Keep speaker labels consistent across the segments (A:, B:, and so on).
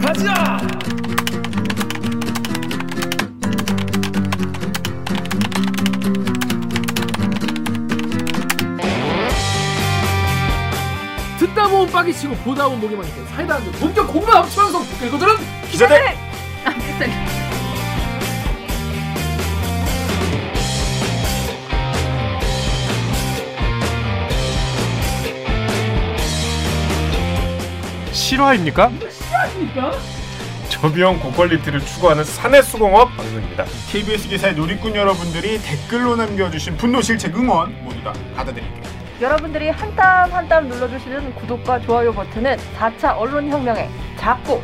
A: 가자! 듣다 보면 빠개치고 보다 보면 목이 많이 돼 사이다 안주 본격 공만 합치면서 읽어드는
B: 기자들 실화입니까?
A: 아닙니까?
B: 저비용 고퀄리티를 추구하는 사내수공업 방송입니다. KBS 기사의 누리꾼 여러분들이 댓글로 남겨주신 분노 실책 응원 모두 다 받아드릴게요.
C: 여러분들이 한 땀 한 땀 눌러주시는 구독과 좋아요 버튼은 4차 언론혁명에 작고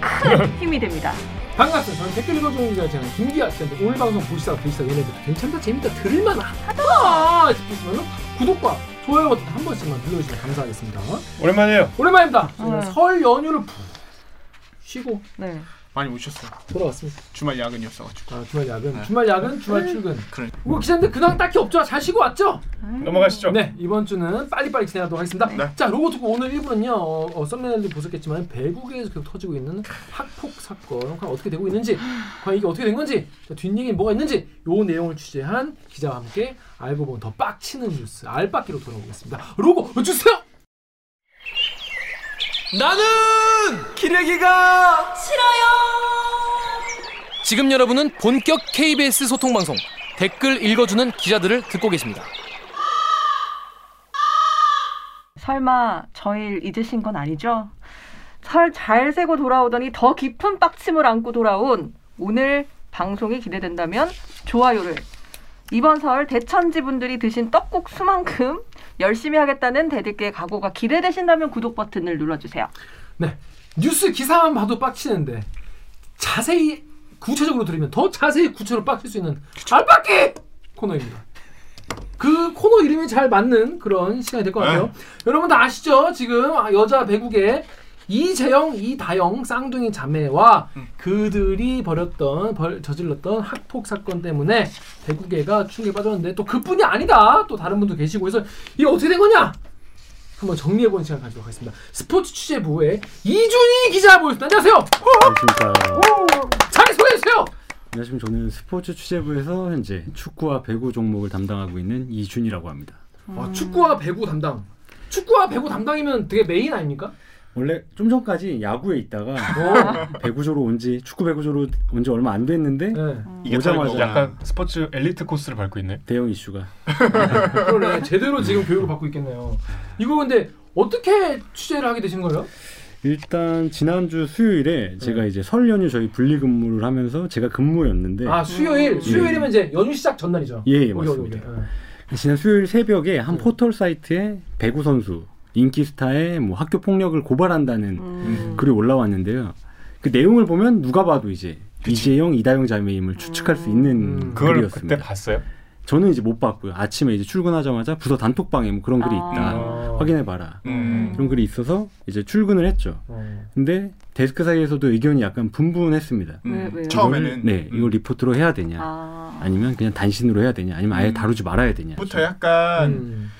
C: 큰 힘이 됩니다.
A: 반갑습니다 저는 댓글 읽어주는 기자 제가 김기아 기자인데 오늘 방송 보시다가 보시다가 얘네들 괜찮다 재밌다 들을만하다 싶으시면 구독과 좋아요 버튼 한 번씩만 눌러주시면 감사하겠습니다
B: 오랜만이에요.
A: 오랜만입니다 저희가
C: 네.
A: 설 연휴를 푹 쉬고
C: 네.
B: 많이 오셨어요.
A: 돌아왔습니다
B: 주말 야근이었어가지고.
A: 아, 주말 야근 주말 야근 주말 출근
B: 그래.
A: 우리 기자님들 근황 딱히 없죠 잘 쉬고 왔죠?
B: 넘어가시죠.
A: 네 이번 주는 빨리빨리 진행하도록 하겠습니다.
B: 네.
A: 자 로고투고 오늘 1부는요 어, 어, 썸네일도 보셨겠지만 배국에서 계속 터지고 있는 학폭 사건 과연 어떻게 되고 있는지 과연 이게 어떻게 된 건지 자, 뒷얘기는 뭐가 있는지 요 내용을 취재한 기자와 함께 알고 보면 더 빡치는 뉴스 알빡기로 돌아오겠습니다. 로고 주세요.
D: 나는
E: 기레기가
D: 지금 여러분은 본격 KBS 소통 방송 댓글 읽어주는 기자들을 듣고 계십니다.
C: 설마 저일 잊으신 건 아니죠? 설 잘 세고 돌아오더니 더 깊은 빡침을 안고 돌아온 오늘 방송이 기대된다면 좋아요를 이번 설 대천지 분들이 드신 떡국수만큼 열심히 하겠다는 대들께 각오가 기대되신다면 구독 버튼을 눌러주세요.
A: 네 뉴스 기사만 봐도 빡치는데 자세히 구체적으로 들으면 더 자세히 구체로 빡칠 수 있는 알빡기 코너입니다. 그 코너 이름이 잘 맞는 그런 시간이 될 것 같아요. 여러분 다 아시죠? 지금 아, 여자 배구계 이재영, 이다영 쌍둥이 자매와 그들이 벌였던 벌, 저질렀던 학폭 사건 때문에 배구계가 충격에 빠졌는데 또 그뿐이 아니다. 또 다른 분도 계시고 해서 이게 어떻게 된 거냐? 한번 정리해보는 시간 가지도록 하겠습니다. 스포츠 취재부의 이준희 기자 모셨습니다. 안녕하세요.
F: 안녕하십니까.
A: 자기 소개해주세요.
F: 안녕하십니까. 저는 스포츠 취재부에서 현재 축구와 배구 종목을 담당하고 있는 이준이라고 합니다.
A: 아, 축구와 배구 담당. 축구와 배구 담당이면 되게 메인 아닙니까?
F: 원래 좀 전까지 야구에 있다가
A: 어.
F: 배구조로 온지 축구 배구조로 온 지 얼마 안 됐는데
A: 네.
B: 이게
F: 오자마자.
B: 털고 약간 스포츠 엘리트 코스를 밟고 있네.
F: 대형 이슈가
A: 그러네. 제대로 지금 교육을 받고 있겠네요. 이거 근데 어떻게 취재를 하게 되신 거예요?
F: 일단 지난주 수요일에
A: 네.
F: 제가 이제 설 연휴 저희 분리 근무를 하면서 제가 근무였는데
A: 아 수요일.
C: 음.
A: 수요일이면 이제 연휴 시작 전날이죠.
F: 예, 예,
A: 오케이, 오케이,
F: 맞습니다.
A: 오케이. 예.
F: 지난 수요일 새벽에 한
A: 네.
F: 포털 사이트에 배구 선수 인기스타의 뭐 학교 폭력을 고발한다는
A: 음.
C: 음.
F: 글이 올라왔는데요. 그 내용을 보면 누가 봐도 이제 이재영, 이다영 자매임을 추측할 수 있는
A: 음.
B: 그걸 그때
F: 글이었습니다.
B: 봤어요?
F: 저는 이제 못 봤고요. 아침에 이제 출근하자마자 부서 단톡방에 뭐 그런 글이 있다.
A: 아.
F: 확인해 봐라.
B: 음.
F: 그런 글이 있어서 이제 출근을 했죠.
A: 어.
F: 근데 데스크 사이에서도 의견이 약간 분분했습니다.
C: 왜, 왜요?
B: 처음에는
F: 이거를- 네, 이걸 리포트로 해야 되냐?
C: 아,
F: 아니면 그냥 단신으로 해야 되냐? 아니면 아예
B: 음.
F: 다루지 말아야 되냐?
B: 부터 약간
A: 음.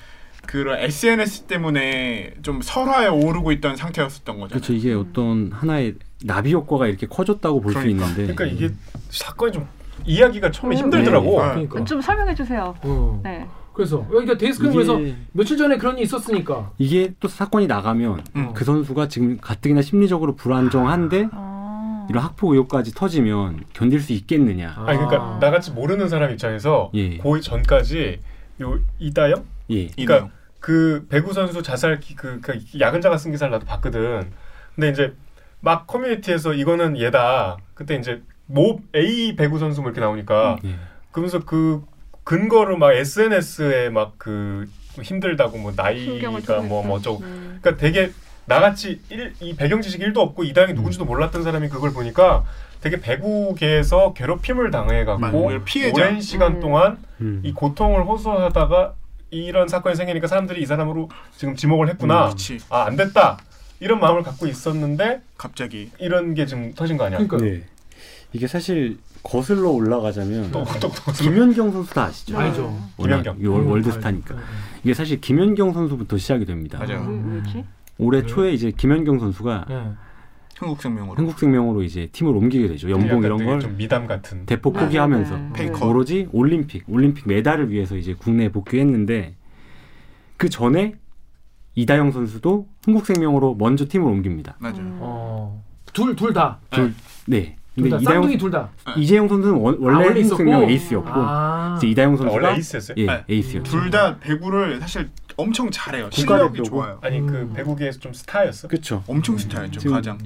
B: 그런 SNS 때문에 좀 설화에 오르고 있던 상태였었던 거잖아요.
F: 그렇죠. 이게 어떤 하나의 나비 효과가 이렇게 커졌다고 볼 수 있는데
B: 그러니까 이게 사건이 좀 이야기가 처음에 힘들더라고.
F: 네.
A: 그러니까.
C: 좀 설명해 주세요.
A: 어.
C: 네.
A: 그래서 그러니까 데스크에서 며칠 전에 그런 일이 있었으니까.
F: 이게 또 사건이 나가면
B: 음.
F: 그 선수가 지금 가뜩이나 심리적으로 불안정한데
C: 아.
F: 이런 학폭 의혹까지 터지면 견딜 수 있겠느냐?
B: 아니 그러니까 나같이 모르는 사람 입장에서
F: 예.
B: 그 전까지 요 이다영
F: 예.
B: 그러니까 그 배구 선수 자살 기- 그, 그 야근자가 쓴 기사를 나도 봤거든. 근데 이제 막 커뮤니티에서 이거는 얘다. 그때 이제 모 A 배구 선수 뭐 이렇게 나오니까
F: 예.
B: 그러면서 그 근거를 막 SNS에 막 그 힘들다고 뭐
C: 신경을
B: 나이가
C: 쓰고
B: 뭐뭐
C: 있어요.
B: 어쩌고
C: 음.
B: 그러니까 되게 나같이 일, 이 배경 지식 1도 없고 이 당이 누군지도 몰랐던 사람이 그걸 보니까 되게 배구계에서 괴롭힘을 당해갖고
G: 맞아요. 피해자.
B: 오랜 시간
C: 음.
B: 동안
F: 음.
B: 이 고통을 호소하다가 이런 사건이 생기니까 사람들이 이 사람으로 지금 지목을 했구나.
G: 음, 그치.
B: 아 안 됐다. 이런 마음을 갖고 있었는데
G: 갑자기
B: 이런 게 지금 터진 거 아니야?
A: 그러니까.
F: 네. 이게 사실 거슬러 올라가자면
B: 똑똑똑.
F: 김연경 선수 다 아시죠?
A: 알죠.
F: 워낙
B: 김연경.
F: 네.
B: 음.
F: 이 월- 월드스타니까. 이게 사실
C: 뭐,
F: 김연경 선수부터 시작이 됩니다.
B: 맞아요. 음.
C: 왜, 왜지?
F: 올해 초에 이제 김연경 선수가
A: 네.
E: 흥국생명으로
F: 한국생명으로 이제 팀을 옮기게 되죠. 연봉
B: 음. 약간
F: 이런
B: 되게
F: 걸
B: 좀 미담 같은.
A: 네,
F: 대폭
C: 맞아요.
F: 포기하면서
E: 페이커.
F: 오로지 올림픽, 올림픽 메달을 위해서 이제 국내에 복귀했는데 그 전에 이다영 선수도 한국생명으로 먼저 팀을 옮깁니다.
C: 음.
E: 맞아요.
A: 어. 둘 둘 다.
F: 네.
A: 둘 다.
F: 근데 이다영
A: 쌍둥이 둘 다.
F: 이재영 선수는 원,
A: 아,
F: 원래
A: 원래 있었고?
F: 한국생명 에이스였고
A: 아.
F: 이제 이다영
B: 아, 원래
F: 선수가
B: 에이스였어요.
F: 예,
E: 아,
F: 에이스였죠.
E: 둘 다 배구를 사실 엄청 잘해요. 실력이
F: 국가대표고. 음.
E: 좋아요.
B: 아니 그 배구계에서 좀 스타였어.
F: 그렇죠.
E: 엄청 스타였죠.
F: 지금-
E: 가장.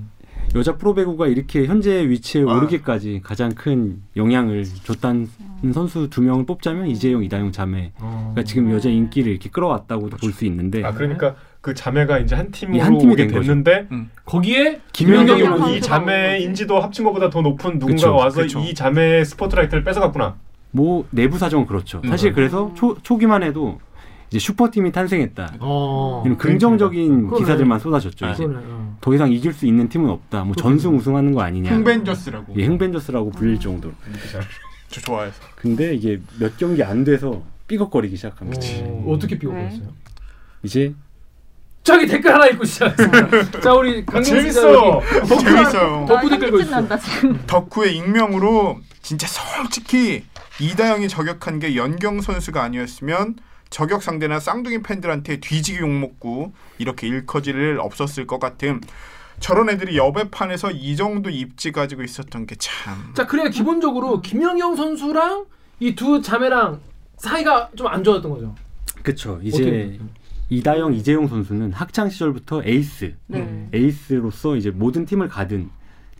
F: 여자 프로배구가 이렇게 현재 위치에
E: 아.
F: 오르기까지 가장 큰 영향을 줬다는
A: 음.
F: 선수 두 명을 뽑자면 이재용, 이다영 자매.
A: 어.
F: 그러니까 지금 여자 인기를 이렇게 끌어왔다고도 볼 수 있는데
B: 아 그러니까 그 자매가 이제 한 팀으로
F: 예, 한 팀이
B: 오게
F: 된 거죠.
B: 됐는데
A: 거기에
F: 김연경이
A: 김연경이
B: 이 자매의 인지도 합친 것보다 더 높은 누군가가
F: 그쵸,
B: 와서
E: 그쵸.
B: 이 자매의 스포트라이트를 뺏어갔구나.
F: 뭐 내부 사정은 그렇죠.
E: 음.
F: 사실 그래서 초, 초기만 해도 이제 슈퍼팀이 탄생했다.
A: 어.
F: 이런 긍정적인
A: 그러네.
F: 기사들만 쏟아졌죠. 이제
A: 그러네. 어.
F: 더 이상 이길 수 있는 팀은 없다. 뭐 전승 우승하는 거 아니냐.
E: 흥벤저스라고.
F: 예, 흥벤저스라고 불릴 정도로.
B: 이렇게 잘-
E: 저 좋아해서.
F: 근데 이게 몇 경기 안 돼서 삐걱거리기 시작합니다.
E: 음.
A: 어, 어떻게 비고 보였어요?
F: 이제
A: 저기 댓글 하나 읽고 시작했습니다. 자 우리 강경 기자
B: 재밌어.
A: 여기 덕-
E: 재밌어요.
A: 덕후 댓글 걸었어요.
C: 아, 난다 지금.
E: 덕후의 익명으로 진짜 솔직히 이다영이 저격한 게 연경 선수가 아니었으면 저격 상대나 쌍둥이 팬들한테 뒤지기 욕먹고 이렇게 일커질 일 없었을 것 같음. 저런 애들이 여배판에서 이 정도 입지 가지고 있었던 게 참.
A: 자 그래 기본적으로 김연경 선수랑 이 두 자매랑 사이가 좀 안 좋았던 거죠.
F: 그쵸.
A: 어떻게
F: 이제
A: 됐어요?
F: 이다영, 이재용 선수는 학창 시절부터 에이스,
C: 네.
F: 에이스로서 이제 모든 팀을 가든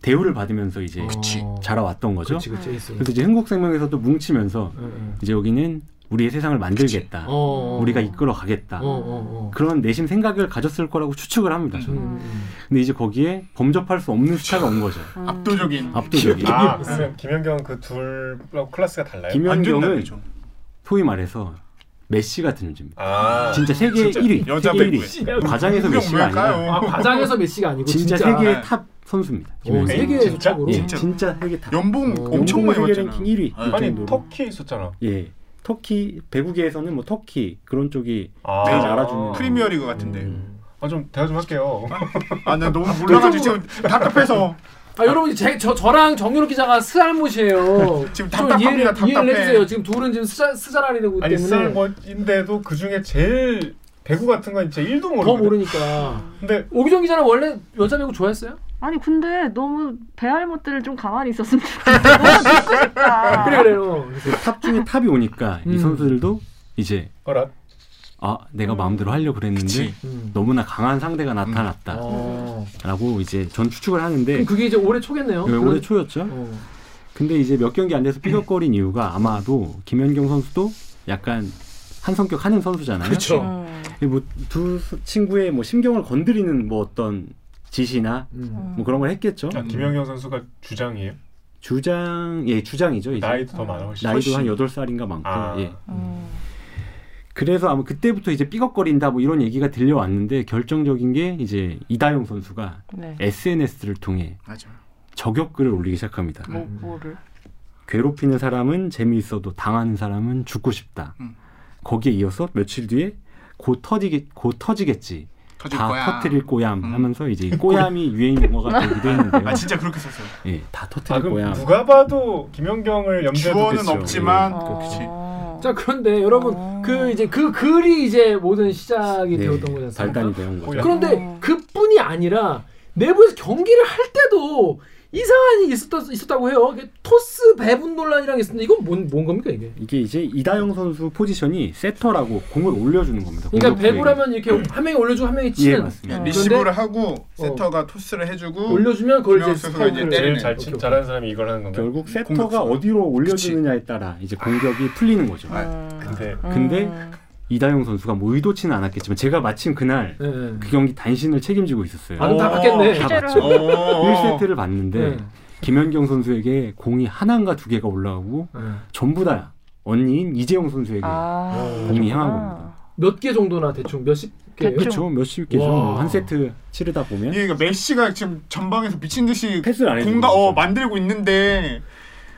F: 대우를 받으면서 이제
E: 그치.
A: 어.
F: 자라왔던 거죠.
A: 그렇지 그렇지. 에이스.
F: 그래서 이제 흥국생명에서도 뭉치면서
A: 예, 예.
F: 이제 여기는 우리의 세상을 만들겠다.
A: 어, 어.
F: 우리가 이끌어 가겠다.
A: 어, 어, 어.
F: 그런 내심 생각을 가졌을 거라고 추측을 합니다. 저는.
A: 음, 음.
F: 근데 이제 거기에 범접할 수 없는 스타가 온 거죠.
C: 아.
E: 압도적인.
F: 압도적인.
E: 네.
B: 아 그러면 김연경 그 둘하고 클래스가 달라요.
E: 완전
F: 김연경은
E: 다르죠.
F: 소위 말해서 메시 같은 존재입니다.
B: 아
F: 진짜 세계
E: 진짜
F: 1위,
E: 여자
F: 세계
E: 배구에.
F: 1위. 과장에서
E: 흥경
F: 메시가 아니라
A: 아
E: 뭘까요?
A: 과장에서 메시가 아니고
F: 진짜,
A: 진짜,
F: 세계의 탑 선수입니다.
A: 오,
F: 김연경.
A: 세계에서
B: 진짜?
A: 탑으로.
F: 예,
E: 어, 진짜.
F: 진짜. 세계 탑.
E: 연봉
A: 어,
E: 엄청 많이
F: 연봉 세계
E: 받잖아.
F: 랭킹 1위.
E: 네.
B: 아니
F: 정도로.
B: 터키에 있었잖아.
F: 예. 터키 배구계에서는 뭐 터키 그런 쪽이
B: 아,
E: 매일
F: 알아주는
E: 프리미어리그 같은데.
B: 아좀 대화 좀 할게요.
E: 아, 나 너무 몰라가지고 지금 답답해서
A: 아 여러분 제, 저 저랑 정유로 기자가 스알못이에요.
E: 지금
A: 좀
E: 답답합니다,
A: 이해를,
E: 답답해.
A: 이해를 해주세요. 지금 둘은 지금 쓰자, 쓰자라리 되고
B: 아니
A: 때문에
B: 쌀머인데도 그 중에 제일 배구 같은 건 진짜 1도
A: 더
B: 모르거든.
A: 모르니까.
B: 근데
A: 오기정 기자는 원래 여자 배구 좋아했어요?
C: 아니 근데 너무 배알못들을 좀 가만히 있었으면 좋겠다. 너무 듣고 싶다.
A: 그래 아, 그래요. 그래서
F: 탑 중에 탑이 오니까
A: 음.
F: 이 선수들도 이제
B: 어라
F: 아 내가 마음대로 하려 고 그랬는데
E: 그치.
A: 음.
F: 너무나 강한 상대가 나타났다라고
A: 어.
F: 이제 전 추측을 하는데
A: 그럼 그게 이제 올해 초겠네요.
F: 예,
A: 그런-
F: 올해 초였죠.
A: 어.
F: 근데 이제 몇 경기 안 돼서 삐걱거린 이유가 아마도 김연경 선수도 약간 한 성격 하는 선수잖아요.
C: 음.
F: 뭐두 친구의 뭐 심경을 건드리는 뭐 어떤 짓이나
A: 음.
F: 뭐 그런 걸 했겠죠.
B: 아, 김연경 선수가 주장이에요.
F: 주장 예 주장이죠. 이제.
B: 나이도 더 많아 훨씬.
F: 나이도 한 8살인가 많고
B: 아.
F: 예.
C: 음.
F: 그래서 아마 그때부터 이제 삐걱거린다 뭐 이런 얘기가 들려왔는데 결정적인 게 이제 이다영 선수가
C: 네.
F: SNS를 통해
E: 맞아.
F: 저격글을 올리기 시작합니다.
C: 뭐 뭐를?
F: 괴롭히는 사람은 재미있어도 당하는 사람은 죽고 싶다.
E: 음.
F: 거기에 이어서 며칠 뒤에 곧 터지겠 곧 터지겠지.
E: 터질
F: 다
E: 거야.
F: 터트릴 꼬얌
E: 음.
F: 하면서 이제 이 꼬얌이 유행 용어가 되기도 했는데요.
E: 아 진짜 그렇게 썼어요.
F: 예, 다
B: 아
F: 터트릴
B: 그럼
F: 꼬얌.
B: 누가 봐도 김연경을 염두에 두고
E: 주어는
B: 있죠.
E: 없지만
C: 어.
E: 그치.
A: 자 그런데 여러분
C: 어.
A: 그 이제 그 글이 이제 모든 시작이 되었던 거잖아요.
F: 네, 발단이 되는 거죠.
A: 그런데
C: 어.
A: 그뿐이 아니라 내부에서 경기를 할 때도 이상한 일이 있었다, 있었다고 해요. 이게 토스 배분 논란이랑 있었는데 이건 뭔, 뭔 겁니까 이게?
F: 이게 이제 이다영 선수 포지션이 세터라고 공을 올려주는 겁니다.
A: 그러니까
F: 공격수에게.
A: 배구라면 이렇게 한 명이 올려주고 한 명이
F: 예
A: 치는 네.
F: 맞습니다.
E: 그냥
C: 어.
E: 리시브를 하고 세터가 토스를 해주고
A: 올려주면 그걸 이제
E: 김영수 선수가 이제
A: 스톱을-
B: 네. 제일
E: 때리는.
B: 잘
A: 오케이,
B: 친, 잘하는 사람이 이걸 하는 건가요?
F: 결국
E: 음, 공격수가.
F: 세터가 어디로 올려주느냐에 따라 이제 공격이 풀리는 거죠.
E: 음.
B: 근데
F: 근데
C: 음.
F: 이다영 선수가 뭐 의도치는 않았겠지만 제가 마침 그날
A: 오케이. 예, 예.
F: 그 경기 단신을 책임지고 있었어요.
A: 아, 그럼 다
E: 어.
A: 받겠네.
F: 다
C: 실제로
F: 봤죠.
E: 어, 어.
F: 1세트를 봤는데
A: 네.
F: 김연경 선수에게 공이 하나인가 두 개가 올라오고 전부 다 언니인 이재용 선수에게
C: 아,
F: 공이
C: 그렇구나.
F: 향한 겁니다.
A: 몇 개 정도나 대충 몇십 개요?
C: 대충.
F: 그렇죠. 몇십 개죠.
A: 와.
F: 뭐한 세트 치르다 보면
E: 이게 그러니까 메시가 지금 전방에서 미친 듯이
F: 패스를 안 해주는
E: 공간 어
F: 거죠.
E: 만들고 있는데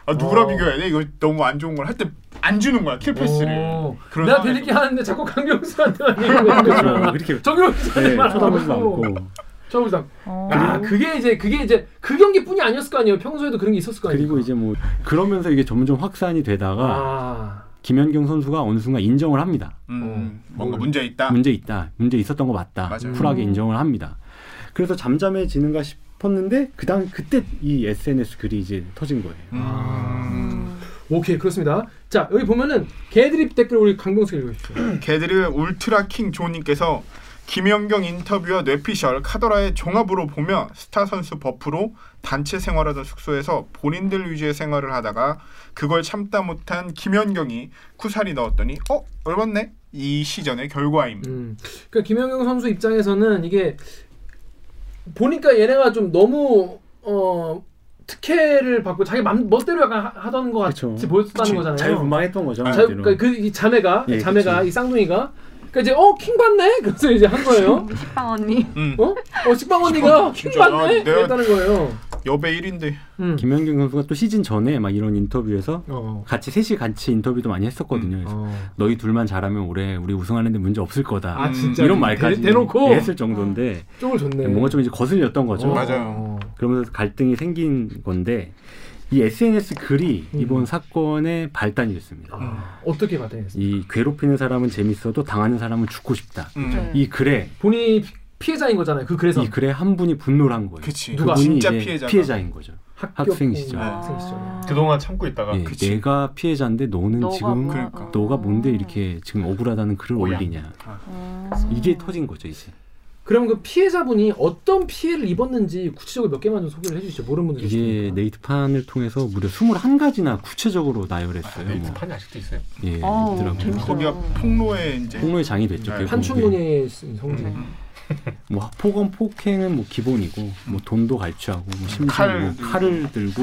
E: 아, 누구랑
A: 어.
E: 비교해야 돼? 이거 너무 안 좋은 걸 할 때 안 주는 거야 킬 패스를.
A: 오.
E: 그런
A: 내가
E: 상황에서.
A: 드릴게 하는데 자꾸 강경수한테만 얘기하는
F: 그렇죠.
A: 거야.
F: 이렇게
A: 정경수한테만
F: 네, 쳐다보지도
A: 하고.
F: 않고
A: 저울상.
C: 어.
A: 아 그게 이제 그게 이제 그 경기뿐이 아니었을 거 아니에요. 평소에도 그런 게 있었을 거 아니에요.
F: 그리고 이제 뭐 그러면서 이게 점점 확산이 되다가
A: 아
F: 김연경 선수가 어느 순간 인정을 합니다.
E: 음, 뭔가 문제 있다.
F: 어. 문제 있다. 문제 있었던 거 아. 맞다.
E: 맞아요.
F: 쿨하게
C: 음.
F: 인정을 합니다. 그래서 잠잠해지는가 싶었는데 그당 그때 이 SNS 글이 이제 터진 거예요.
E: 음.
A: 오케이 그렇습니다. 자 여기 보면은 개드립 댓글 우리 강병수 읽어주세요.
E: 개들의 울트라 킹 조님께서 김연경 인터뷰와 뇌피셜 카더라의 종합으로 보면 스타 선수 버프로 단체 생활하던 숙소에서 본인들 위주의 생활을 하다가 그걸 참다 못한 김연경이 쿠사리 넣었더니 어 얼마네 이 시전의 결과임.
A: 음, 그러니까 김연경 선수 입장에서는 이게 보니까 얘네가 좀 너무 어 특혜를 받고 자기 맘 멋대로 약간 하- 하던 것 같이
F: 그쵸.
A: 보였다는 거잖아요.
F: 자유분방했던 거죠.
A: 자,
F: 그대로.
A: 그러니까 그이 자매가
F: 예,
A: 이 자매가
F: 그치.
A: 이 쌍둥이가 그러니까 이제 어 킹 받네 그래서 이제 한 거예요.
C: 식빵 언니.
E: 음.
A: 어? 어 식빵 언니가 킹
E: 진짜,
A: 받네
E: 아, 내가-
A: 그랬다는 거예요.
E: 여배 1인데
A: 음.
F: 김연경 선수가 또 시즌 전에 막 이런 인터뷰에서
A: 어.
F: 같이 셋이 같이 인터뷰도 많이 했었거든요. 그래서
A: 어.
F: 너희 둘만 잘하면 올해 우리 우승하는데 문제 없을 거다.
A: 아 진짜
F: 음, 이런 말까지
A: 대, 대놓고
F: 했을 정도인데
A: 예. 쪽을 줬네.
F: 뭔가 좀 음. 이제 거슬렸던 거죠.
A: 어.
E: 맞아요.
F: 그러면서 갈등이 생긴 건데 이 SNS 글이
A: 음.
F: 이번 사건의 발단이었습니다.
A: 아, 어떻게 받아냈어요?
F: 이 괴롭히는 사람은 재밌어도 당하는 사람은 죽고 싶다.
E: 음.
F: 이 글에
A: 본인이 피- 피해자인 거잖아요. 그 그래서
F: 이 글에 한 분이 분노를 한 거예요.
E: 그치.
A: 누가?
F: 그분이
E: 진짜
F: 이제
E: 피해자가.
F: 피해자인 거죠. 아.
A: 학교
F: 학생 시절.
C: 아.
A: 폭력 학생 시절.
C: 어.
B: 그동안 참고 있다가
F: 예,
E: 아, 그치.
F: 내가 피해자인데 너는
C: 너가
F: 지금
C: 뭐야. 아.
E: 그러니까.
F: 너가 뭔데 이렇게 지금 억울하다는 글을
E: 뭐야. 아.
F: 올리냐.
C: 음.
F: 이게 터진 거죠 이제.
A: 그럼 그 피해자분이 어떤 피해를 입었는지 구체적으로 몇 개만 좀 소개를 해주시죠. 모르는 분들
F: 이게 네이트판을 통해서 무려 21가지나 구체적으로 나열했어요. 뭐.
B: 네이트판이 아직도 있어요.
F: 예,
C: 어우,
F: 있더라고요.
C: 재밌어.
E: 거기가 폭로에 이제
F: 폭로의 장이 됐죠.
E: 네.
F: 결국. 예.
A: 판춘문예의 성지.
F: 뭐 폭언 폭행은 뭐 기본이고 뭐 돈도 갈취하고 뭐 심지어
E: 칼을
F: 칼을, 뭐
E: 들고.
F: 칼을 들고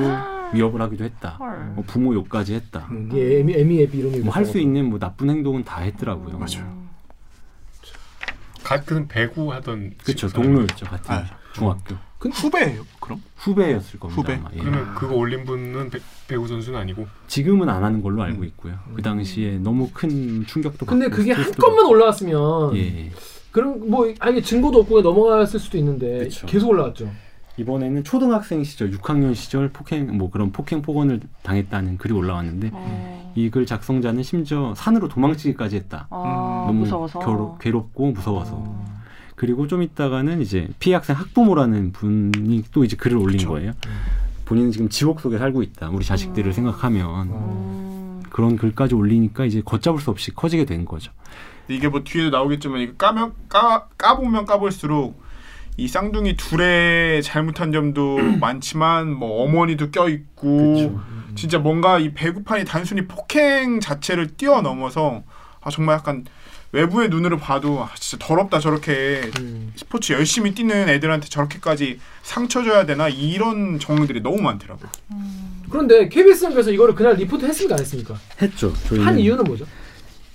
F: 위협을 하기도 했다.
C: 헐.
F: 뭐 부모 욕까지 했다.
A: 음, 이게 애미 애미 애비 이런
F: 뭐 할 수 있는 뭐 나쁜 행동은 다 했더라고요. 맞아요.
B: 같은 배구 하던
F: 그렇죠.
B: 친구
F: 동료였죠 같은
E: 아.
F: 중학교
E: 후배예요. 그럼?
F: 후배였을 겁니다.
E: 후배?
F: 아마. 예.
B: 그러면 그거 올린 분은 배, 배구 선수는 아니고
F: 지금은 안 하는 걸로 알고 있고요. 그 당시에 너무 큰 충격도
A: 근데
F: 받고
A: 그게
F: 스트레스도
A: 한건만
F: 받고.
A: 올라왔으면
F: 예.
A: 그럼 뭐 아니 증거도 없고 그냥 넘어갔을 수도 있는데
F: 그쵸. 음.
A: 계속 올라왔죠.
F: 이번에는 초등학생 시절 6학년 시절 폭행 뭐 그런 폭행 폭언을 당했다는 글이 올라왔는데
C: 어.
F: 이 글 작성자는 심지어 산으로 도망치기까지 했다.
C: 아,
E: 너무
C: 무서워서.
F: 괴롭, 괴롭고 무서워서. 그리고 좀 있다가는 이제 피해 학생 학부모라는 분이 또 이제 글을 올린 거예요. 본인은 지금 지옥 속에 살고 있다. 우리 자식들을 생각하면
C: 음.
F: 그런 글까지 올리니까 이제 걷잡을 수 없이 커지게 된 거죠.
E: 이게 뭐 뒤에도 나오겠지만 이거 까면 까 까보면 까볼수록 이 쌍둥이 둘의 잘못한 점도 많지만 뭐 어머니도 껴 있고 진짜 뭔가 이 배구판이 단순히 폭행 자체를 뛰어넘어서 아 정말 약간 외부의 눈으로 봐도 아 진짜 더럽다 저렇게
A: 음.
E: 스포츠 열심히 뛰는 애들한테 저렇게까지 상처 줘야 되나 이런 정황들이 너무 많더라고.
A: 그런데 KBS는 그래서 이거를 그날 리포트 했습니까 안 했습니까?
F: 했죠. 저희는
A: 한 이유는 뭐죠?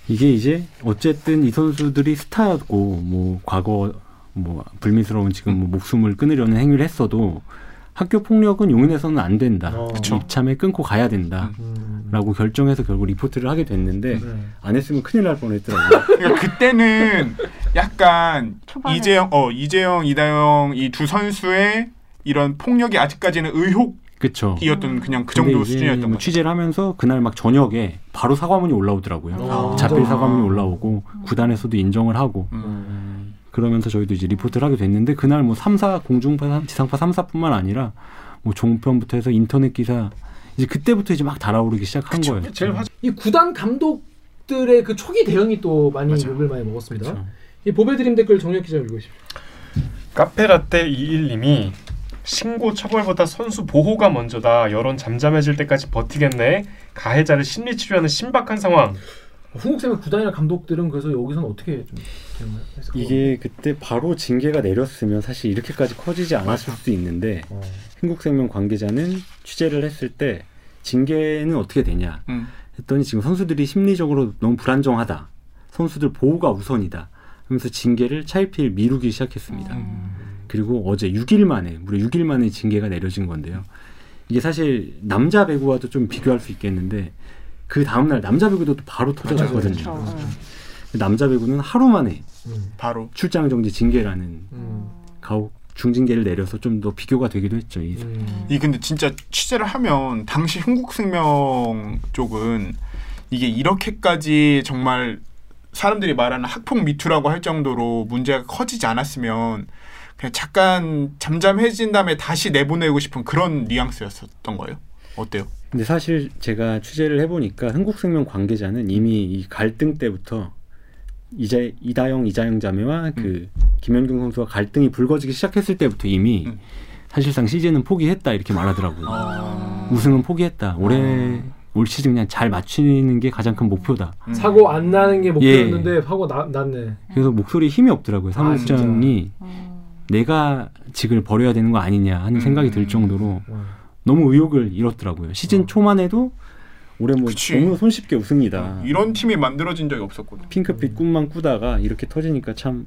F: 이게 이제 어쨌든 이 선수들이 스타고 뭐 과거 뭐 불미스러운 지금 뭐 목숨을 끊으려는 행위를 했어도 학교 폭력은 용인해서는 안 된다.
A: 어. 그쵸.
F: 이참에 끊고 가야 된다라고
A: 음.
F: 결정해서 결국 리포트를 하게 됐는데
E: 네.
F: 안 했으면 큰일 날 뻔했더라고요.
E: 그러니까 그때는 약간
C: 초반에.
E: 이재영, 어 이재영, 이다영 이 두 선수의 이런 폭력이 아직까지는 의혹이었던
F: 그쵸.
C: 음.
E: 그냥 그
F: 근데
E: 정도
F: 이제
E: 수준이었던
F: 뭐
E: 거죠.
F: 취재를 하면서 그날 막 저녁에 바로 사과문이 올라오더라고요.
A: 아,
F: 자필
A: 진짜?
F: 사과문이 올라오고 구단에서도 인정을 하고
E: 음.
F: 그러면서 저희도 이제 리포트를 하게 됐는데 그날 뭐 3사 공중파 삼- 지상파 3사뿐만 아니라 뭐 종편부터 해서 인터넷 기사 이제 그때부터 이제 막 달아오르기 시작한 거예요.
B: 제일 화제
A: 이 구단 감독들의 그 초기 대응이 또 많이 욕을 많이 먹었습니다. 이 보배드림 댓글 정력 기자 읽으십시오.
B: 카페라떼 21님이 신고 처벌보다 선수 보호가 먼저다. 여론 잠잠해질 때까지 버티겠네. 가해자를 심리 치료하는 신박한 상황.
A: 흥국생의 구단이나 감독들은 그래서 여기서는 어떻게 좀 대응을 했을까요?
F: 이게 그때 바로 징계가 내렸으면 사실 이렇게까지 커지지 않았을 수도 있는데
A: 어.
F: 흥국생명 관계자는 취재를 했을 때 징계는 어떻게 되냐
E: 음.
F: 했더니 지금 선수들이 심리적으로 너무 불안정하다. 선수들 보호가 우선이다. 하면서 징계를 차일피일 미루기 시작했습니다. 그리고 어제 6일 만에 무려 6일 만에 징계가 내려진 건데요. 이게 사실 남자 배구와도 좀 비교할 수 있겠는데 그 다음 날 남자 배구도 또 바로 터졌거든요.
C: 그렇죠. 음.
F: 남자 배구는 하루 만에
E: 바로
F: 출장 정지 징계라는
A: 음.
F: 가혹 중징계를 내려서 좀 더 비교가 되기도 했죠. 이
A: 음.
E: 이 근데 진짜 취재를 하면 당시 흥국생명 쪽은 이게 이렇게까지 정말 사람들이 말하는 학폭 미투라고 할 정도로 문제가 커지지 않았으면 그냥 잠깐 잠잠해진 다음에 다시 내보내고 싶은 그런 뉘앙스였었던 거예요. 어때요?
F: 근데 사실 제가 취재를 해보니까 흥국생명 관계자는 이미 이 갈등 때부터 이제 이다영 이자영 자매와 그 김연경 선수와 갈등이 불거지기 시작했을 때부터 이미
E: 음.
F: 사실상 시즌은 포기했다 이렇게 말하더라고요.
C: 아.
F: 우승은 포기했다. 올해 올 시즌 그냥 잘 맞추는 게 가장 큰 목표다.
E: 음.
A: 사고 안 나는 게 목표였는데
F: 예.
A: 사고 나, 났네.
F: 그래서 목소리에 힘이 없더라고요. 사무국장이
C: 음.
F: 내가 직을 버려야 되는 거 아니냐 하는 생각이
E: 음.
F: 들 정도로
A: 음.
F: 너무 의욕을 잃었더라고요. 시즌 초만 해도 어. 올해 뭐
E: 그치.
F: 너무 손쉽게 우승이다.
E: 이런 음. 팀이 만들어진 적이 없었거든.
F: 핑크빛 꿈만 꾸다가 이렇게 터지니까 참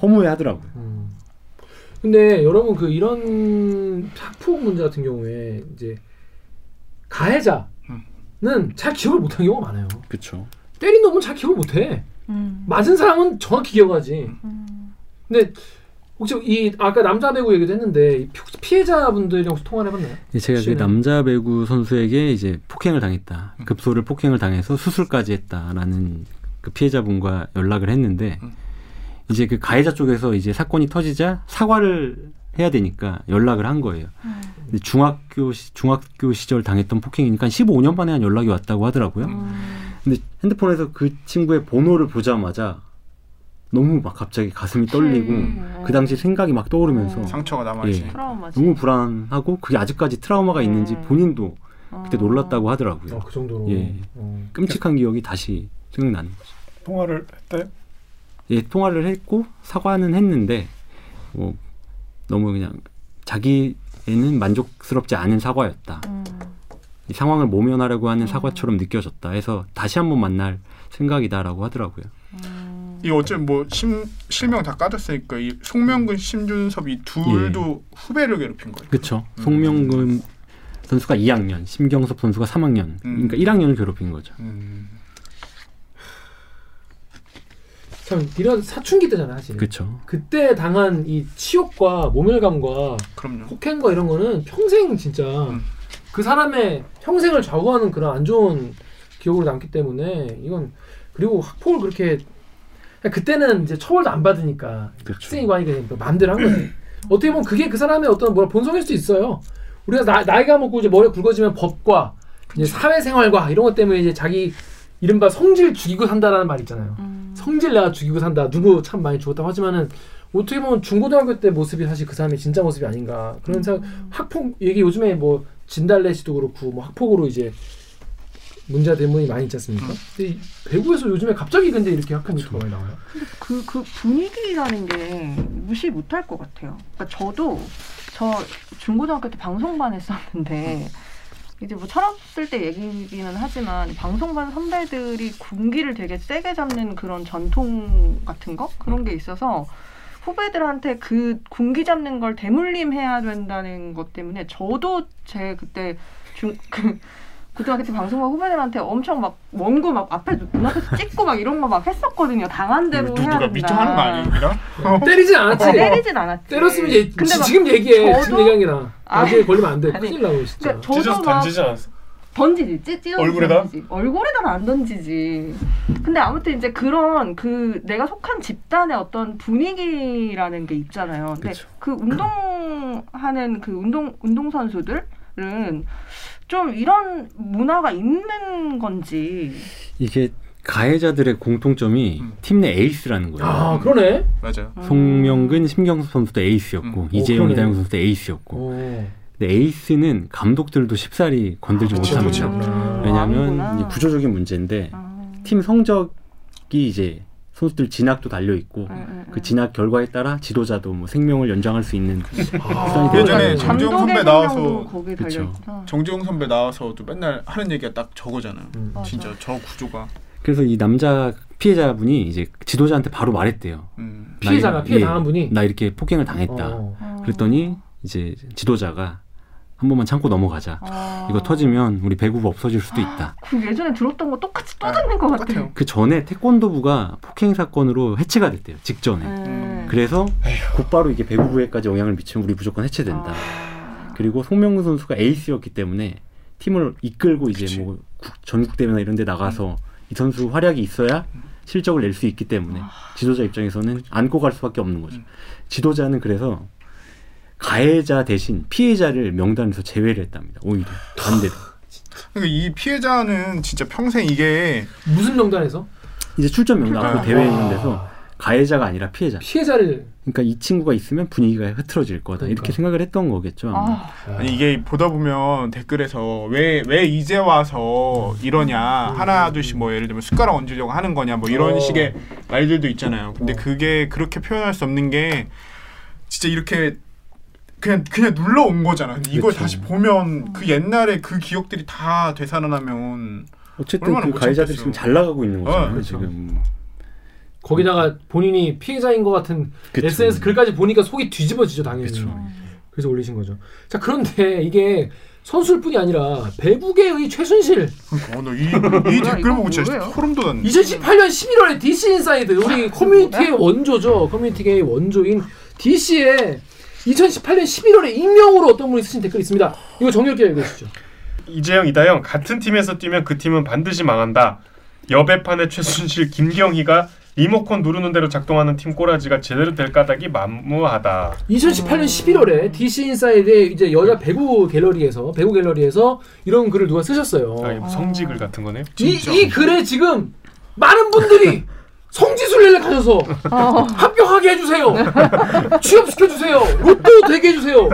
F: 허무해하더라고요.
A: 음. 근데 여러분 그 이런 학폭 문제 같은 경우에 이제 가해자는 잘 기억을 못한 경우가 많아요.
F: 그렇죠.
A: 때린 놈은 잘 기억을 못해.
C: 음.
A: 맞은 사람은 정확히 기억하지.
C: 음.
A: 근데 혹시 이 아까 남자 배우 얘기도 했는데 이 혹시 피해자분들이랑 혹시 통화를 해봤나요?
F: 제가 그
A: 혹시나. 음.
F: 남자 배구 선수에게 이제 폭행을 당했다, 급소를 폭행을 당해서 수술까지 했다라는 그 피해자분과 연락을 했는데
E: 음.
F: 이제 그 가해자 쪽에서 이제 사건이 터지자 사과를 해야 되니까 연락을 한 거예요. 근데 중학교 시, 중학교 시절 당했던 폭행이니까 15년 만에 한 연락이 왔다고 하더라고요. 근데 핸드폰에서 그 친구의 번호를 보자마자 너무 막 갑자기 가슴이 떨리고 그 당시 생각이 막 떠오르면서
C: 음.
E: 상처가 남아 있으니.
F: 예.
C: 트라우마지.
F: 너무 불안하고 그게 아직까지 트라우마가 있는지
C: 음. 본인도
F: 본인도 그때 놀랐다고 하더라고요.
A: 아, 그 정도로.
F: 예.
A: 어.
F: 끔찍한 기억이 다시 생각나는 거죠.
B: 통화를 했대.
F: 예, 통화를 했고 사과는 했는데 뭐 너무 그냥 자기에는 만족스럽지 않은 사과였다.
C: 음,
F: 이 상황을 모면하려고 하는 사과처럼 느껴졌다 해서 다시 한번 만날 생각이다라고 하더라고요.
E: 이 어쨌든 뭐 심, 실명 다 까졌으니까 이 송명근 심준섭 이 둘도 후배를 괴롭힌 거예요.
F: 그렇죠. 송명근 선수가 2학년, 심경섭 선수가 3학년.
E: 음.
F: 그러니까 1학년을 괴롭힌 거죠.
E: 음.
A: 참 이런 사춘기 때잖아 사실.
F: 그렇죠.
A: 그때 당한 이 치욕과 모멸감과
E: 그럼요.
A: 폭행과 이런 거는 평생 진짜
E: 음.
A: 그 사람의 평생을 좌우하는 그런 안 좋은 기억으로 남기 때문에 이건 그리고 학폭을 그렇게 그러니까 그냥 그때는 이제 처벌도 안 받으니까 학생이고 하니까 그냥 마음대로 한 거지 어떻게 보면 그게 그 사람의 어떤 뭐라 본성일 수도 있어요 우리가 나, 이가 먹고 이제 머리 굵어지면 법과 이제 사회생활과 이런 것 때문에 이제 자기 이른바 성질 죽이고 산다라는 말 있잖아요
C: 음.
A: 성질 내가 죽이고 산다. 누구 참 많이 죽었다고 하지만은 어떻게 보면 중고등학교 때 모습이 사실 그 사람의 진짜 모습이 아닌가. 그런 생각
C: 음.
A: 학폭 얘기 요즘에 뭐 진달래 씨도 그렇고 뭐 학폭으로 이제 문제가 된 분이 많이 있지 않습니까?
C: 음.
A: 근데 이 배구에서 요즘에 갑자기 근데 이렇게
C: 아,
A: 학폭 유튜브가 많이 나와요.
C: 그, 그 분위기라는 게 무시 못할 것 같아요. 그러니까 저도 저 중고등학교 때 방송반 했었는데 이제 뭐 철없을 때 얘기기는 하지만 방송반 선배들이 군기를 되게 세게 잡는 그런 전통 같은 거 그런 게 있어서 후배들한테 그 군기 잡는 걸 대물림해야 된다는 것 때문에 저도 제 그때 중그 고등학교 때 방송반 후배들한테 엄청 막 원고 막 앞에 눈앞에서 찍고 막 이런 거 막 했었거든요. 당한 대로
E: 누,
C: 뭐 해야
E: 누가
C: 된다.
E: 미투하는 거 아니라?
A: 때리진 않았지.
C: 아, 때리진 않았지.
A: 어. 때렸으면 얘,
C: 네. 근데
A: 지-
C: 막
A: 지금 얘기해. 지금
C: 저도-
A: 얘기한 게 나.
C: 아.
A: 나중에 걸리면 안 돼.
C: 아니,
A: 큰일 나고 진짜.
C: 그러니까
B: 찢어서
C: 저도 막
B: 던지지 않았어.
C: 던지지, 찢- 찢어서
B: 얼굴에다?
C: 던지지. 얼굴에다 안 던지지. 근데 아무튼 이제 그런 그 내가 속한 집단의 어떤 분위기라는 게 있잖아요. 근데
F: 그쵸.
C: 그 운동하는 그 운동 운동 선수들은 좀 이런 문화가 있는 건지.
F: 이게 가해자들의 공통점이
E: 음.
F: 팀 내 에이스라는 거예요.
A: 아 그러네.
E: 맞아요.
C: 음.
F: 송명근, 심경섭 선수도 에이스였고
E: 음.
F: 이재용,
A: 그러네.
F: 이다영 선수도 에이스였고
A: 어.
F: 근데 에이스는 감독들도 쉽사리 건들지
E: 아, 그쵸,
F: 못하는
E: 그쵸.
F: 거예요.
A: 아,
C: 아는구나.
F: 왜냐하면 이 구조적인 문제인데
C: 아,
F: 팀 성적이 이제 선수들 진학도 달려 있고
C: 음, 음,
F: 그
C: 음.
F: 진학 결과에 따라 지도자도 뭐 생명을 연장할 수 있는
A: 아,
E: 예전에
A: 그러네.
E: 정재영
C: 감독의
E: 선배 나와서
C: 생명도 거기에 달려
F: 그쵸.
C: 있구나.
E: 정재용 선배 나와서도 맨날 하는 얘기가 딱 저거잖아요.
A: 음.
E: 진짜 저 구조가.
F: 그래서 이 남자 피해자분이 이제 지도자한테 바로 말했대요.
E: 음.
F: 나
A: 피해자가 어.
F: 이-
A: 피해 당한 분이?
F: 나 이렇게 폭행을 당했다.
A: 어.
F: 그랬더니 이제 지도자가 한 번만 참고 넘어가자.
C: 아.
F: 이거 터지면 우리 배구부 없어질 수도 있다.
C: 그 예전에 들었던 거 똑같이 또
E: 아,
C: 듣는 것
E: 똑같아요.
C: 같아요.
F: 그 전에 태권도부가 폭행 사건으로 해체가 됐대요. 직전에.
C: 음.
F: 그래서 곧바로 이게 배구부에까지 영향을 미치면 우리 무조건 해체된다. 그리고 송명근 선수가 에이스였기 때문에 팀을 이끌고 이제 뭐 국- 전국 대회나 이런 데 나가서 이 선수 활약이 있어야 실적을 낼 수 있기 때문에 지도자 입장에서는 안고 갈 수밖에 없는 거죠. 지도자는 그래서 가해자 대신 피해자를 명단에서 제외를 했답니다. 오히려 반대로.
E: 그러니까 이 피해자는 진짜 평생 이게
A: 무슨 명단에서
F: 이제 출전 명단
E: 출전.
F: 앞으로 대회 있는 데서 가해자가 아니라 피해자.
A: 아. 피해자를
F: 그러니까 이 친구가 있으면 분위기가 흐트러질 거다
A: 그러니까.
F: 이렇게 생각을 했던 거겠죠. 아마.
C: 아,
E: 아니 이게 보다 보면 댓글에서 왜 왜 이제 와서 이러냐 하나 둘씩 뭐 예를 들면 숟가락 얹으려고 하는 거냐 뭐 이런
A: 어.
E: 식의 말들도 있잖아요. 근데 그게 그렇게 표현할 수 없는 게 진짜 이렇게 그냥 그냥 눌러 온 거잖아. 근데 이걸
F: 그쵸.
E: 다시 보면 그 옛날에 그 기억들이 다 되살아나면
F: 어쨌든
E: 얼마나
F: 그
E: 못 참겠어요.
F: 가해자들이 지금 잘 나가고 있는 거잖아요.
E: 어,
A: 그렇죠.
F: 지금
A: 거기다가 본인이 피해자인 것 같은
F: 음. 그쵸.
A: SNS 글까지 보니까 속이 뒤집어지죠 당연히. 그래서 올리신 거죠. 자 그런데 이게 선수일 뿐이 아니라 배구계의 최순실
E: 어너이 이
C: 이거
E: 댓글 보고 진짜
C: 뭐예요?
E: 소름 돋았네.
A: 2018년 11월에 DC 인사이드 우리 커뮤니티의 원조죠. 커뮤니티계의 원조인 DC의 2018년 11월에 익명으로 어떤 분이 쓰신 댓글이 있습니다. 이거 정렬게 읽으시죠.
B: 이재영, 이다영 같은 팀에서 뛰면 그 팀은 반드시 망한다. 여배판의 최순실, 김경희가 리모컨 누르는 대로 작동하는 팀 꼬라지가 제대로 될 까닭이 만무하다.
A: 2018년 11월에 DC 인사이드의 이제 여자 배구 갤러리에서 배구 갤러리에서 이런 글을 누가 쓰셨어요.
F: 예,
B: 아, 이거 뭐 성지글 같은 거네요.
A: 이, 이 글에 지금 많은 분들이 성지순례를 가셔서 합격하게 해주세요. 취업시켜주세요. 로또 되게 해주세요.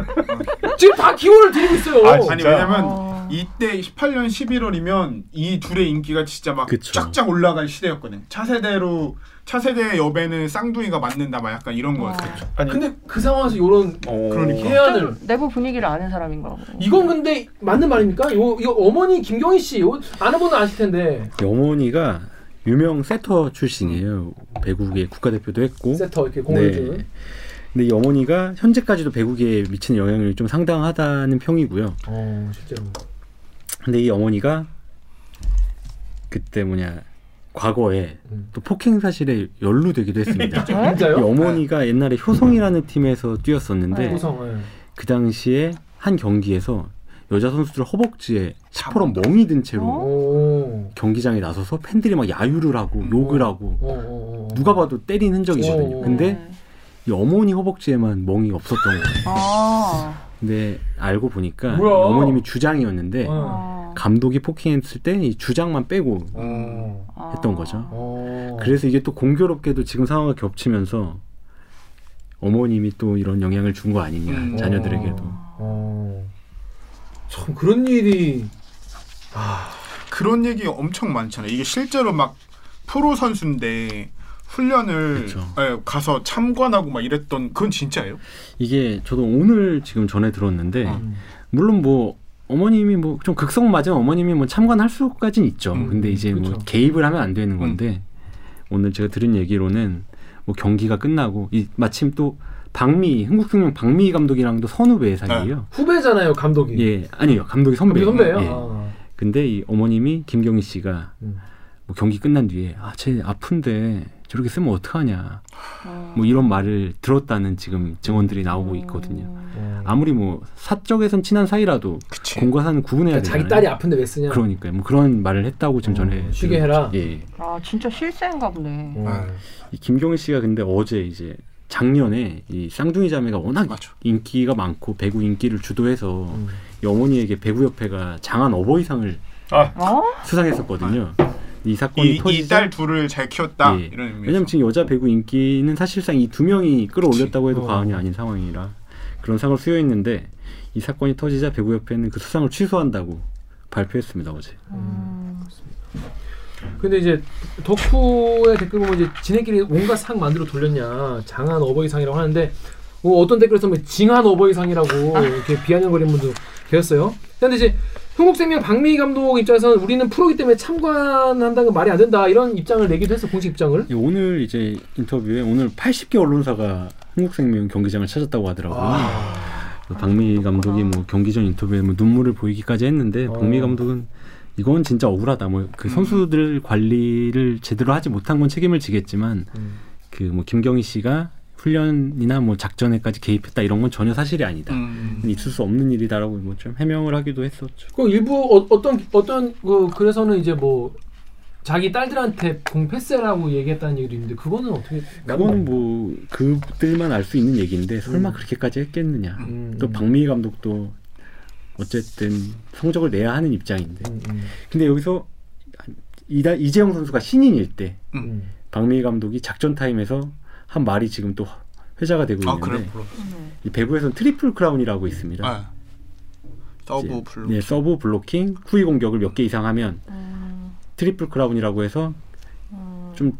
A: 지금 다 기원을 드리고 있어요.
B: 아, 진짜.
E: 아니 왜냐면
C: 어.
E: 이때 18년 11월이면 이 둘의 인기가 진짜 막
F: 그쵸.
E: 쫙쫙 올라갈 시대였거든. 차세대로 차세대 여배는 쌍둥이가 맞는다 막 약간 이런 거였어.
B: 아니,
A: 근데 그 상황에서 이런
B: 어,
E: 그러니까.
A: 해안을
F: 음.
C: 내부 분위기를 아는 사람인 거라고.
A: 이건 근데 맞는 말입니까? 요, 요 어머니 김경희 씨 요, 아는 분은 아실 텐데
F: 어머니가 유명 세터 출신이에요. 배구계 국가대표도 했고.
A: 세터 이렇게 공을
F: 네.
A: 주는
F: 근데 이 어머니가 현재까지도 배구계에 미치는 영향력이 좀 상당하다는 평이고요.
A: 어 실제로
F: 근데 이 어머니가 그때 뭐냐 과거에
A: 음.
F: 또 폭행 사실에 연루되기도 했습니다. 이
A: 진짜요?
F: 어머니가 옛날에
A: 네.
F: 효성이라는 팀에서 뛰었었는데
C: 네.
A: 고성 예.
F: 그 당시에 한 경기에서 여자 선수들 허벅지에 시퍼런 멍이 든 채로
C: 어?
A: 오.
F: 경기장에 나서서 팬들이 막 야유를 하고 욕을 하고
A: 어, 어, 어.
F: 누가 봐도 때린
A: 어.
F: 흔적이거든요. 근데
C: 네.
F: 이 어머니 허벅지에만 멍이 없었던 거예요.
C: 아,
F: 근데 알고 보니까
A: 뭐야?
F: 이 어머님이 주장이었는데
A: 어.
C: 아,
F: 감독이 폭행했을 때 이 주장만 빼고
A: 어.
C: 아.
F: 했던 거죠.
A: 어.
F: 그래서 이게 또 공교롭게도 지금 상황과 겹치면서 어머님이 또 이런 영향을 준 거 아니냐
E: 음.
F: 자녀들에게도
A: 어. 참 그런 일이
E: 그런 얘기 엄청 많잖아. 이게 실제로 막 프로 선수인데 훈련을
F: 그쵸.
E: 예, 가서 참관하고 막 이랬던 그건 진짜예요?
F: 이게 저도 오늘 지금 전해 들었는데
A: 음.
F: 물론 뭐 어머님이 뭐 좀 극성 맞은 어머님이 뭐 참관할 수까진 있죠.
E: 음,
F: 근데 이제
A: 그쵸. 음.
F: 뭐 개입을 하면 안 되는 건데 오늘 제가 들은 얘기로는 뭐 경기가 끝나고 이 마침 또 박미 흥국생명 박미 감독이랑도 선후배 사이예요.
A: 후배잖아요 감독이
F: 예 아니요 감독이 선배.
A: 감독이 선배예요.
F: 예.
A: 아.
F: 근데 이 어머님이 김경희 씨가
A: 음.
F: 뭐 경기 끝난 뒤에 아쟤 아픈데 저렇게 쓰면 어떡하냐
C: 어.
F: 뭐 이런 말을 들었다는 지금 증언들이 나오고 있거든요.
A: 어.
F: 아무리 뭐 사적에선 친한 사이라도
E: 그치.
F: 공과 사는 구분해야
A: 그러니까
F: 되잖아요.
A: 자기 딸이 아픈데 왜 쓰냐?
F: 그러니까요. 뭐 그런 말을 했다고 지금
A: 어,
F: 전에 예.
A: 쉬게
F: 들은
A: 해라.
F: 거죠. 예.
C: 아, 진짜 실세인가 보네.
A: 어.
E: 아.
F: 이 김경희 씨가 근데 어제 이제 작년에 이 쌍둥이 자매가 워낙
E: 맞아.
F: 인기가 많고 배구 인기를 주도해서
A: 음.
F: 이 어머니에게 배구협회가 장한 어버이상을
B: 아,
C: 어?
F: 수상했었거든요. 이 어, 사건이
E: 이이
F: 터지자
E: 딸 둘을 잘 키웠다
F: 예.
E: 이런 의미에서.
F: 왜냐면 지금 여자 배구 인기는 사실상 이 두 명이 끌어올렸다고 해도
A: 어.
F: 과언이 아닌 상황이라 그런 상을 수여했는데 이 사건이 터지자 배구협회는 그 수상을 취소한다고 발표했습니다 어제. 음.
A: 근데 이제 덕후의 댓글 보면 이제 지네끼리 온갖 상 만들어 돌렸냐 장한 어버이상이라고 하는데 뭐 어떤 댓글에서 뭐 징한 어버이상이라고 이렇게 비아냥거리는 분도 계셨어요. 근데 이제 흥국생명 박미희 감독 입장에서는 우리는 프로기 때문에 참관한다는 건 말이 안 된다 이런 입장을 내기도 했어 공식 입장을.
F: 예, 오늘 이제
A: 아.
F: 인터뷰에 오늘 80개 언론사가 한국생명 경기장을 찾았다고 하더라고요. 박미 감독이 뭐 경기 전 인터뷰에 뭐 눈물을 보이기까지 했는데
A: 어. 음.
F: 박미 감독은 이건 진짜 억울하다. 뭐 그 선수들 관리를 제대로 하지 못한 건 책임을 지겠지만
A: 음.
F: 그 뭐 김경희 씨가 훈련이나 뭐 작전에까지 개입했다 이런 건 전혀 사실이 아니다.
E: 음.
F: 있을 수 없는 일이다라고 뭐 좀 해명을 하기도 했었죠.
A: 그 일부 어, 어떤 어떤 그 그래서는 이제 뭐 자기 딸들한테 공 패스라고 얘기했다는 얘기도 있는데 그거는 어떻게?
F: 그건 뭐 그들만 알 수 있는 얘기인데 설마 그렇게까지 했겠느냐.
A: 음,
F: 또
A: 음,
F: 박미희 감독도 어쨌든 성적을 내야 하는 입장인데.
A: 음, 음,
F: 근데 여기서 이다 이재용 선수가 신인일 때
A: 음.
F: 박미희 감독이 작전 타임에서 한 말이 지금 또 회자가 되고
E: 아
F: 있는데
E: 그래 불러.
F: 이 배구에서는 트리플 크라운이라고 있습니다.
E: 아. 서브 블루.
F: 네, 서브 블로킹 후위 공격을 몇 개 이상 하면
C: 음.
F: 트리플 크라운이라고 해서 좀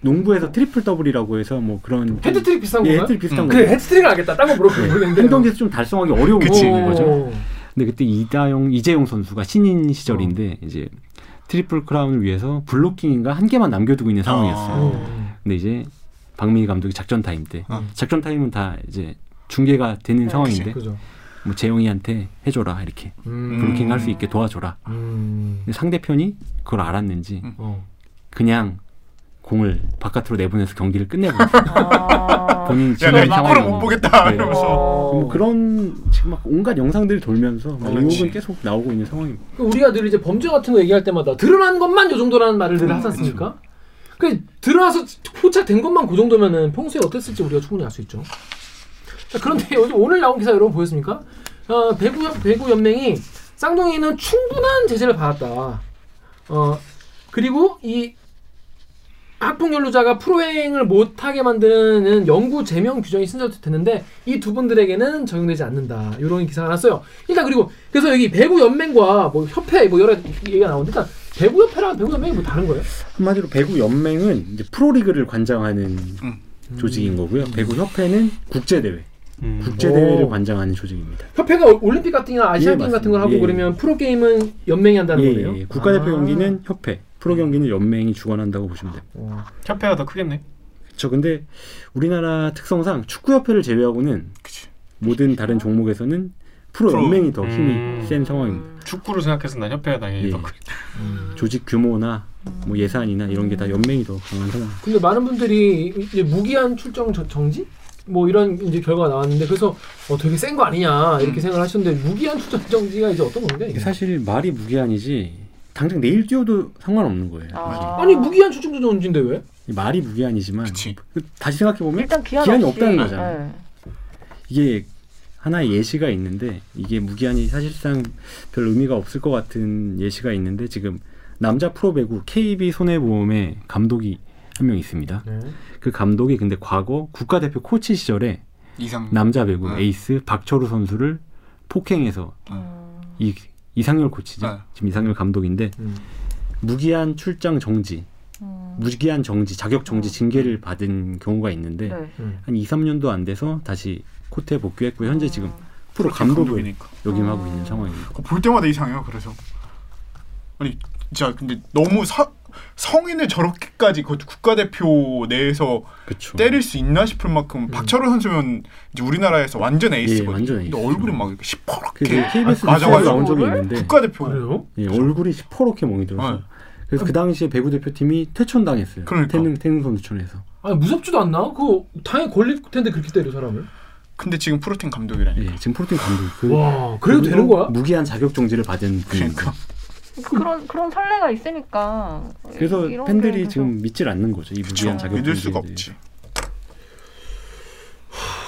F: 농구에서 트리플 더블이라고 해서 뭐 그런
A: 헤드트릭 비싼
F: 예,
A: 건가요?
F: 헤드 비슷한
E: 음.
F: 거 네.
A: 그래 헤드트릭을 알겠다. 딴거 물어보고 모르겠는데.
F: 행동에서 좀 달성하기 어려운
E: 그치,
F: 거- 거죠.
A: 오.
F: 근데 그때 이다영 이재용 선수가 신인 시절인데
E: 어.
F: 이제 트리플 크라운을 위해서 블로킹인가 한 개만 남겨두고 있는 상황이었어요.
A: 오.
F: 근데 이제 박민희 감독이 작전 타임 때
E: 아. 어.
F: 작전 타임은 다 이제 중계가 되는
C: 네,
F: 상황인데
A: 그죠.
F: 뭐 재용이한테 해줘라 이렇게
A: 음.
F: 블로킹 할 수 있게 도와줘라
A: 음.
F: 근데 상대편이 그걸 알았는지
E: 음.
A: 어.
F: 그냥 공을 바깥으로 내보내서 경기를 끝내버렸어요
C: 아.
F: 본인
E: 야,
F: 지금
E: 나
F: 이
E: 이거를 못
F: 상황이
E: 보겠다
F: 네.
E: 이러면서.
F: 뭐 그런 지금 막 온갖 영상들이 돌면서 막
E: 어, 그렇지.
F: 의혹은 계속 나오고 있는 상황입니다
A: 그 우리가 늘 이제 범죄 같은 거 얘기할 때마다 드러난 것만 요 정도라는 말을 늘 하지 않습니까? 그 드러나서 포착된 것만 그 정도면은 평소에 어땠을지 우리가 충분히 알 수 있죠. 자, 그런데 요즘 오늘 나온 기사 여러분 보였습니까? 어, 배구 배구 연맹이 쌍둥이는 충분한 제재를 받았다. 어 그리고 이 학폭 연루자가 프로행을 못하게 만드는 연구 제명 규정이 신설됐는데 이 두 분들에게는 적용되지 않는다 이런 기사가 났어요. 일단 그러니까 그리고 그래서 여기 배구 연맹과 뭐 협회 뭐 여러 얘기가 나오는데 일단 배구 협회랑 배구 연맹이 뭐 다른 거예요?
F: 한마디로 배구 연맹은 이제 프로리그를 관장하는
E: 음.
F: 조직인 거고요 배구 협회는 국제대회
B: 음.
F: 국제대회를
A: 오.
F: 관장하는 조직입니다
A: 협회가 올- 올림픽 같은이나 아시안
F: 예,
A: 게임
F: 맞습니다.
A: 같은 걸 하고
F: 예.
A: 그러면 프로 게임은 연맹이 한다는
F: 예,
A: 거예요?
F: 예, 예. 국가대표
A: 아.
F: 경기는 협회, 프로 경기는 연맹이 주관한다고 보시면 됩니다.
A: 어.
B: 협회가 더 크겠네.
F: 그렇죠. 근데 우리나라 특성상 축구협회를 제외하고는
E: 그치.
F: 모든 다른 종목에서는 프로,
E: 프로.
F: 연맹이 더 힘이
B: 음.
F: 센 상황입니다.
B: 축구로 생각해서 난 협회가 당연히
F: 예.
B: 더 크겠다.
A: 음.
F: 조직 규모나 뭐 예산이나 이런 게 다 연맹이 더 강한 상황.
A: 근데 많은 분들이 이제 무기한 출정 저- 정지 뭐 이런 이제 결과가 나왔는데 그래서 어 되게 센 거 아니냐 이렇게 생각을 하셨는데 무기한 출정 정지가 이제 어떤 건데
F: 음. 이게
A: 이게?
F: 사실 말이 무기한이지 당장 내일 뛰어도 상관없는 거예요.
A: 아니 무기한 출정 정지인데 왜?
F: 이 말이 무기한이지만
E: 그치.
F: 그- 다시 생각해 보면
C: 일단 기한
F: 기한이
C: 없이,
F: 없다는 거잖아요.
C: 네.
F: 이게 하나의 예시가 있는데 이게 무기한이 사실상 별 의미가 없을 것 같은 예시가 있는데 지금 남자 프로배구 KB 손해보험의 감독이 한 명 있습니다. 그 감독이 근데 과거 국가대표 코치 시절에
E: 이상.
F: 남자 배구
E: 네.
F: 에이스 박철우 선수를 폭행해서 이 이상열 코치죠.
E: 네.
F: 지금 이상열 감독인데
A: 음.
F: 무기한 출장 정지,
C: 음.
F: 무기한 정지, 자격 정지 징계를 받은 경우가 있는데
C: 어. 네.
F: 한 2, 3년도 안 돼서 다시 코트에 복귀했고 현재 지금 프로 감독을
E: 음. 감독이니까.
F: 역임하고 있는 상황입니다.
E: 그거 볼 때마다 이상해요. 그래서 아니 진짜 근데 너무 사, 성인을 저렇게까지 그 국가대표 내에서
F: 그렇죠.
E: 때릴 수 있나 싶을 만큼 박철호 선수면 이제 우리나라에 완전 에이스거든요.
F: 완전
E: 근데
F: 에이스죠.
E: 얼굴이 막 이렇게 시퍼렇게
F: 그 KBS
E: 아,
F: 뉴스에
E: 맞아,
F: 나온 적이
C: 맞아.
F: 있는데
E: 국가대표
A: 그래요?
F: 예, 얼굴이 시퍼렇게 멍이 들어서
E: 네.
F: 그래서 그 당시에 배구 대표팀이 퇴촌당했어요.
E: 그러니까.
F: 태능 태능 선수촌에서
A: 아니 무섭지도 않나? 그 당연히 걸릴 텐데 그렇게 때려 사람을.
E: 근데 지금 프로틴 감독이라니.
F: 예, 지금 프로팀 감독 그
A: 와 그래도
F: 그분도
A: 되는 거야?
F: 무기한 자격 정지를 받은 분입니다.
E: 그러니까
C: 그런 그런 설레가 있으니까
F: 그래서
C: 이런 게
F: 팬들이
C: 돼서.
F: 지금 믿질 않는 거죠. 이
E: 그쵸.
F: 무기한 자격 정지.
E: 그렇죠. 믿을 수가 없지.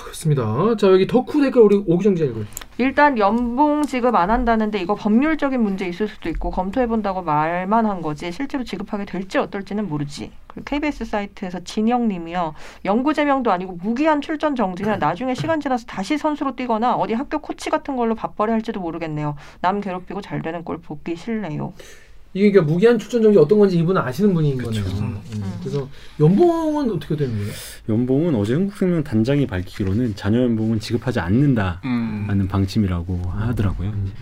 A: 그렇습니다. 자 여기 덕후 댓글 우리 오기정 기자 읽어요.
C: 일단 연봉 지급 안 한다는데 이거 법률적인 문제 있을 수도 있고 검토해 본다고 말만 한 거지 실제로 지급하게 될지 어떨지는 모르지. 그리고 KBS 사이트에서 진영님이요 연구 제명도 아니고 무기한 출전 정지는 나중에 시간 지나서 다시 선수로 뛰거나 어디 학교 코치 같은 걸로 밥벌이 할지도 모르겠네요. 남 괴롭히고 잘 되는 꼴 보기 싫네요.
A: 이게 그러니까 무기한 출전 정지 어떤 건지 이분은 아시는 분인
E: 그쵸.
A: 거네요. 음.
C: 음.
A: 그래서 연봉은 어떻게 되는 거예요?
F: 연봉은 어제 흥국생명 단장이 밝히기로는 자녀 연봉은 지급하지 않는다라는
E: 음.
F: 방침이라고 하더라고요.
A: 음.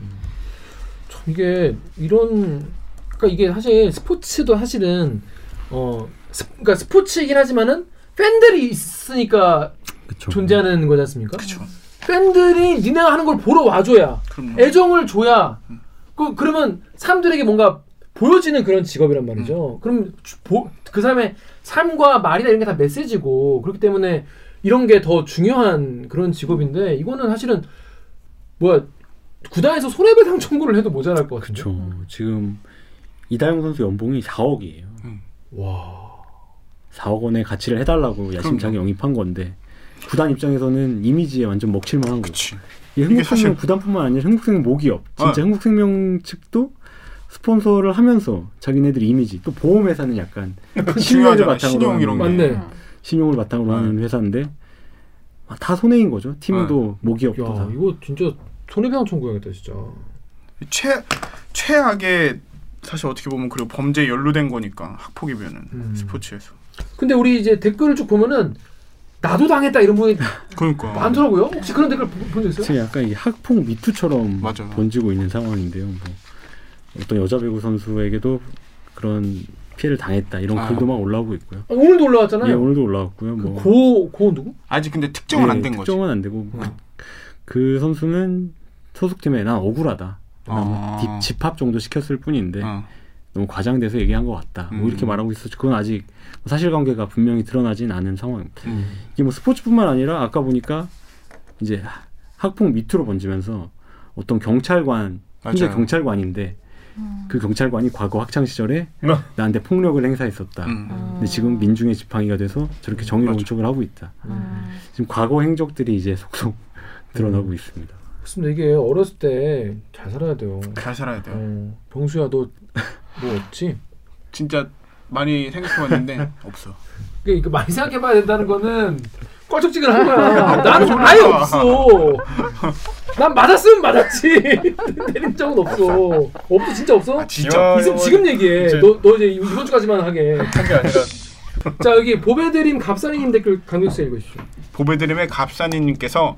A: 참 이게 이런 그러니까 이게 사실 스포츠도 사실은 어 스, 그러니까 스포츠이긴 하지만은 팬들이 있으니까
F: 그쵸.
A: 존재하는 거지 않습니까?
E: 그쵸.
A: 팬들이 니네가 하는 걸 보러 와줘야
E: 그럼요.
A: 애정을 줘야 그 그러면 사람들에게 뭔가 보여지는 그런 직업이란 말이죠. 그럼 주- 보- 그 사람의 삶과 말이나 이런 게 다 메시지고 그렇기 때문에 이런 게 더 중요한 그런 직업인데 이거는 사실은 뭐야 구단에서 손해배상 청구를 해도 모자랄 것 같은데.
F: 그렇죠.
E: 음.
F: 지금 이다영 선수 연봉이 4억이에요.
E: 음.
A: 와.
F: 4억 원의 가치를 해달라고 야심차게 영입한 건데 구단 입장에서는 이미지에 완전 먹칠만한 거죠.
E: 그치. 이게
F: 이 흥국생명
E: 사실-
F: 구단뿐만 아니라 흥국생명 모기업 진짜
E: 네.
F: 흥국생명 측도 스폰서를 하면서 자기네들 이미지 또 보험회사는 약간 신뢰를
E: 중요하잖아.
F: 바탕으로
E: 신용 이런 거. 네.
F: 하는
A: 맞네.
C: 음.
F: 신용을 바탕으로 하는 회사인데 아, 다 손해인 거죠 팀도
E: 네.
F: 모기업도
A: 야
F: 다
A: 이거 진짜 손해배상 청구해야겠다 진짜.
E: 최 최악의 사실 어떻게 보면 그리고 범죄에 연루된 거니까 학폭이면은
A: 음.
E: 스포츠에서.
A: 근데 우리 이제 댓글을 쭉 보면은 나도 당했다 이런 분이
E: 그러니까.
A: 많더라고요. 혹시 그런 댓글 본 적 있어요?
F: 지금 약간 이 학폭 미투처럼
E: 맞아요.
F: 번지고 있는 상황인데요 뭐 어떤 여자 배구 선수에게도 그런 피해를 당했다 이런
E: 아.
F: 글도 막 올라오고 있고요
A: 아, 오늘도 올라왔잖아요.
F: 예 오늘도 올라왔고요 뭐
A: 그 고 고 누구?
E: 아직 근데 특정은
F: 예,
E: 안 된 거지. 음.
F: 특정은 안 되고 그- 그 선수는 소속팀에 난 억울하다. 난
E: 아.
F: 뭐 디- 집합 정도 시켰을 뿐인데
E: 어.
F: 너무 과장돼서 얘기한 것 같다. 뭐
E: 음.
F: 이렇게 말하고 있어. 그건 아직 뭐 사실관계가 분명히 드러나진 않은 상황입니다.
E: 음.
F: 이게 뭐 스포츠뿐만 아니라 아까 보니까 이제 학폭 밑으로 번지면서 어떤 경찰관 현재
E: 맞아요.
F: 경찰관인데 그 경찰관이 과거 학창 시절에
B: 나-
F: 나한테 폭력을 행사했었다.
E: 어. 음.
F: 근데 지금 민중의 지팡이가 돼서 저렇게 정의로운
E: 맞아.
F: 척을 하고 있다.
C: 음.
F: 지금 과거 행적들이 이제 속속
E: 음.
F: 드러나고 있습니다.
A: 그렇습니다. 이게 어렸을 때 잘 살아야 돼요.
E: 잘 살아야 돼요.
A: 어, 병수야 너 뭐 없지?
E: 진짜 많이 생각해봤는데 없어.
A: 그러니까 많이 생각해봐야 된다는 거는 껄쩍지근한 거야. 나는 아예 없어. 난 맞았으면 맞았지. 때린 적은 없어. 없어 진짜 없어?
E: 아 진짜.
A: 있으면 지금 얘기해.
B: 이제-
A: 너, 너 이제 이번 주까지만 하게.
B: 한게 아니라
A: 자 여기 보배드림 갑사님 댓글 강민수 읽어주시죠.
E: 보배드림의 갑산이님께서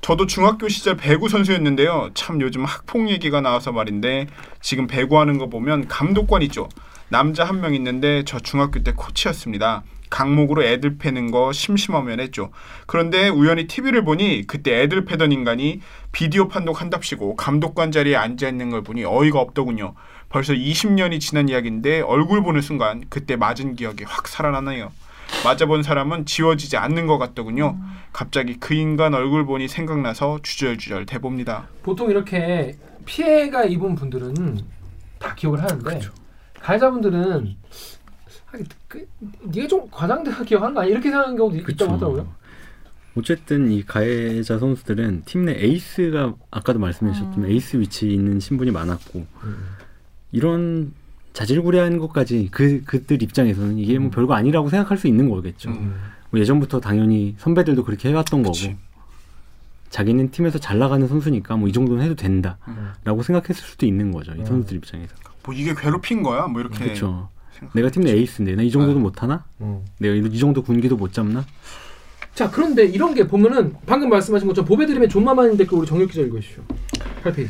E: 저도 중학교 시절 배구 선수였는데요. 참 요즘 학폭 얘기가 나와서 말인데 지금 배구하는 거 보면 감독관 있죠. 남자 한 명 있는데 저 중학교 때 코치였습니다. 강목으로 애들 패는 거 심심하면 했죠. 그런데 우연히 TV를 보니 그때 애들 패던 인간이 비디오 판독한답시고 감독관 자리에 앉아 있는 걸 보니 어이가 없더군요. 벌써 20년이 지난 이야기인데 얼굴 보는 순간 그때 맞은 기억이 확 살아나네요. 맞아본 사람은 지워지지 않는 것 같더군요. 갑자기 그 인간 얼굴 보니 생각나서 주절주절 대봅니다.
A: 보통 이렇게 피해가 입은 분들은 다 기억을 하는데 가해자분들은 하긴 그, 네가 좀 과장돼서 기억하는 거 아니야? 이렇게 생각하는 경우도 있다고 하더라고요.
F: 그렇죠. 어쨌든 이 가해자 선수들은 팀 내 에이스가 아까도 말씀해주셨던 에이스 위치에 있는 신분이
A: 음,
F: 많았고 이런 자질구레한 것까지 그 그들 입장에서는 이게
A: 음.
F: 뭐 별거 아니라고 생각할 수 있는 거겠죠. 뭐 예전부터 당연히 선배들도 그렇게 해왔던
E: 그치.
F: 거고 자기는 팀에서 잘 나가는 선수니까 뭐 이 정도는 해도 된다라고
A: 음.
F: 생각했을 수도 있는 거죠. 이 선수들 입장에서.
E: 뭐 이게 괴롭힌 거야? 뭐
A: 네.
E: 이렇게.
F: 그렇죠. 내가 팀 내 에이스인데 나 이 정도도 못하나? 내가 이 정도 군기도 못 잡나?
A: 자 그런데 이런 게 보면은 방금 말씀하신 것처럼 보배드림의 존마마님 댓글 우리 정혁 기자 읽어주시죠. 8페이지.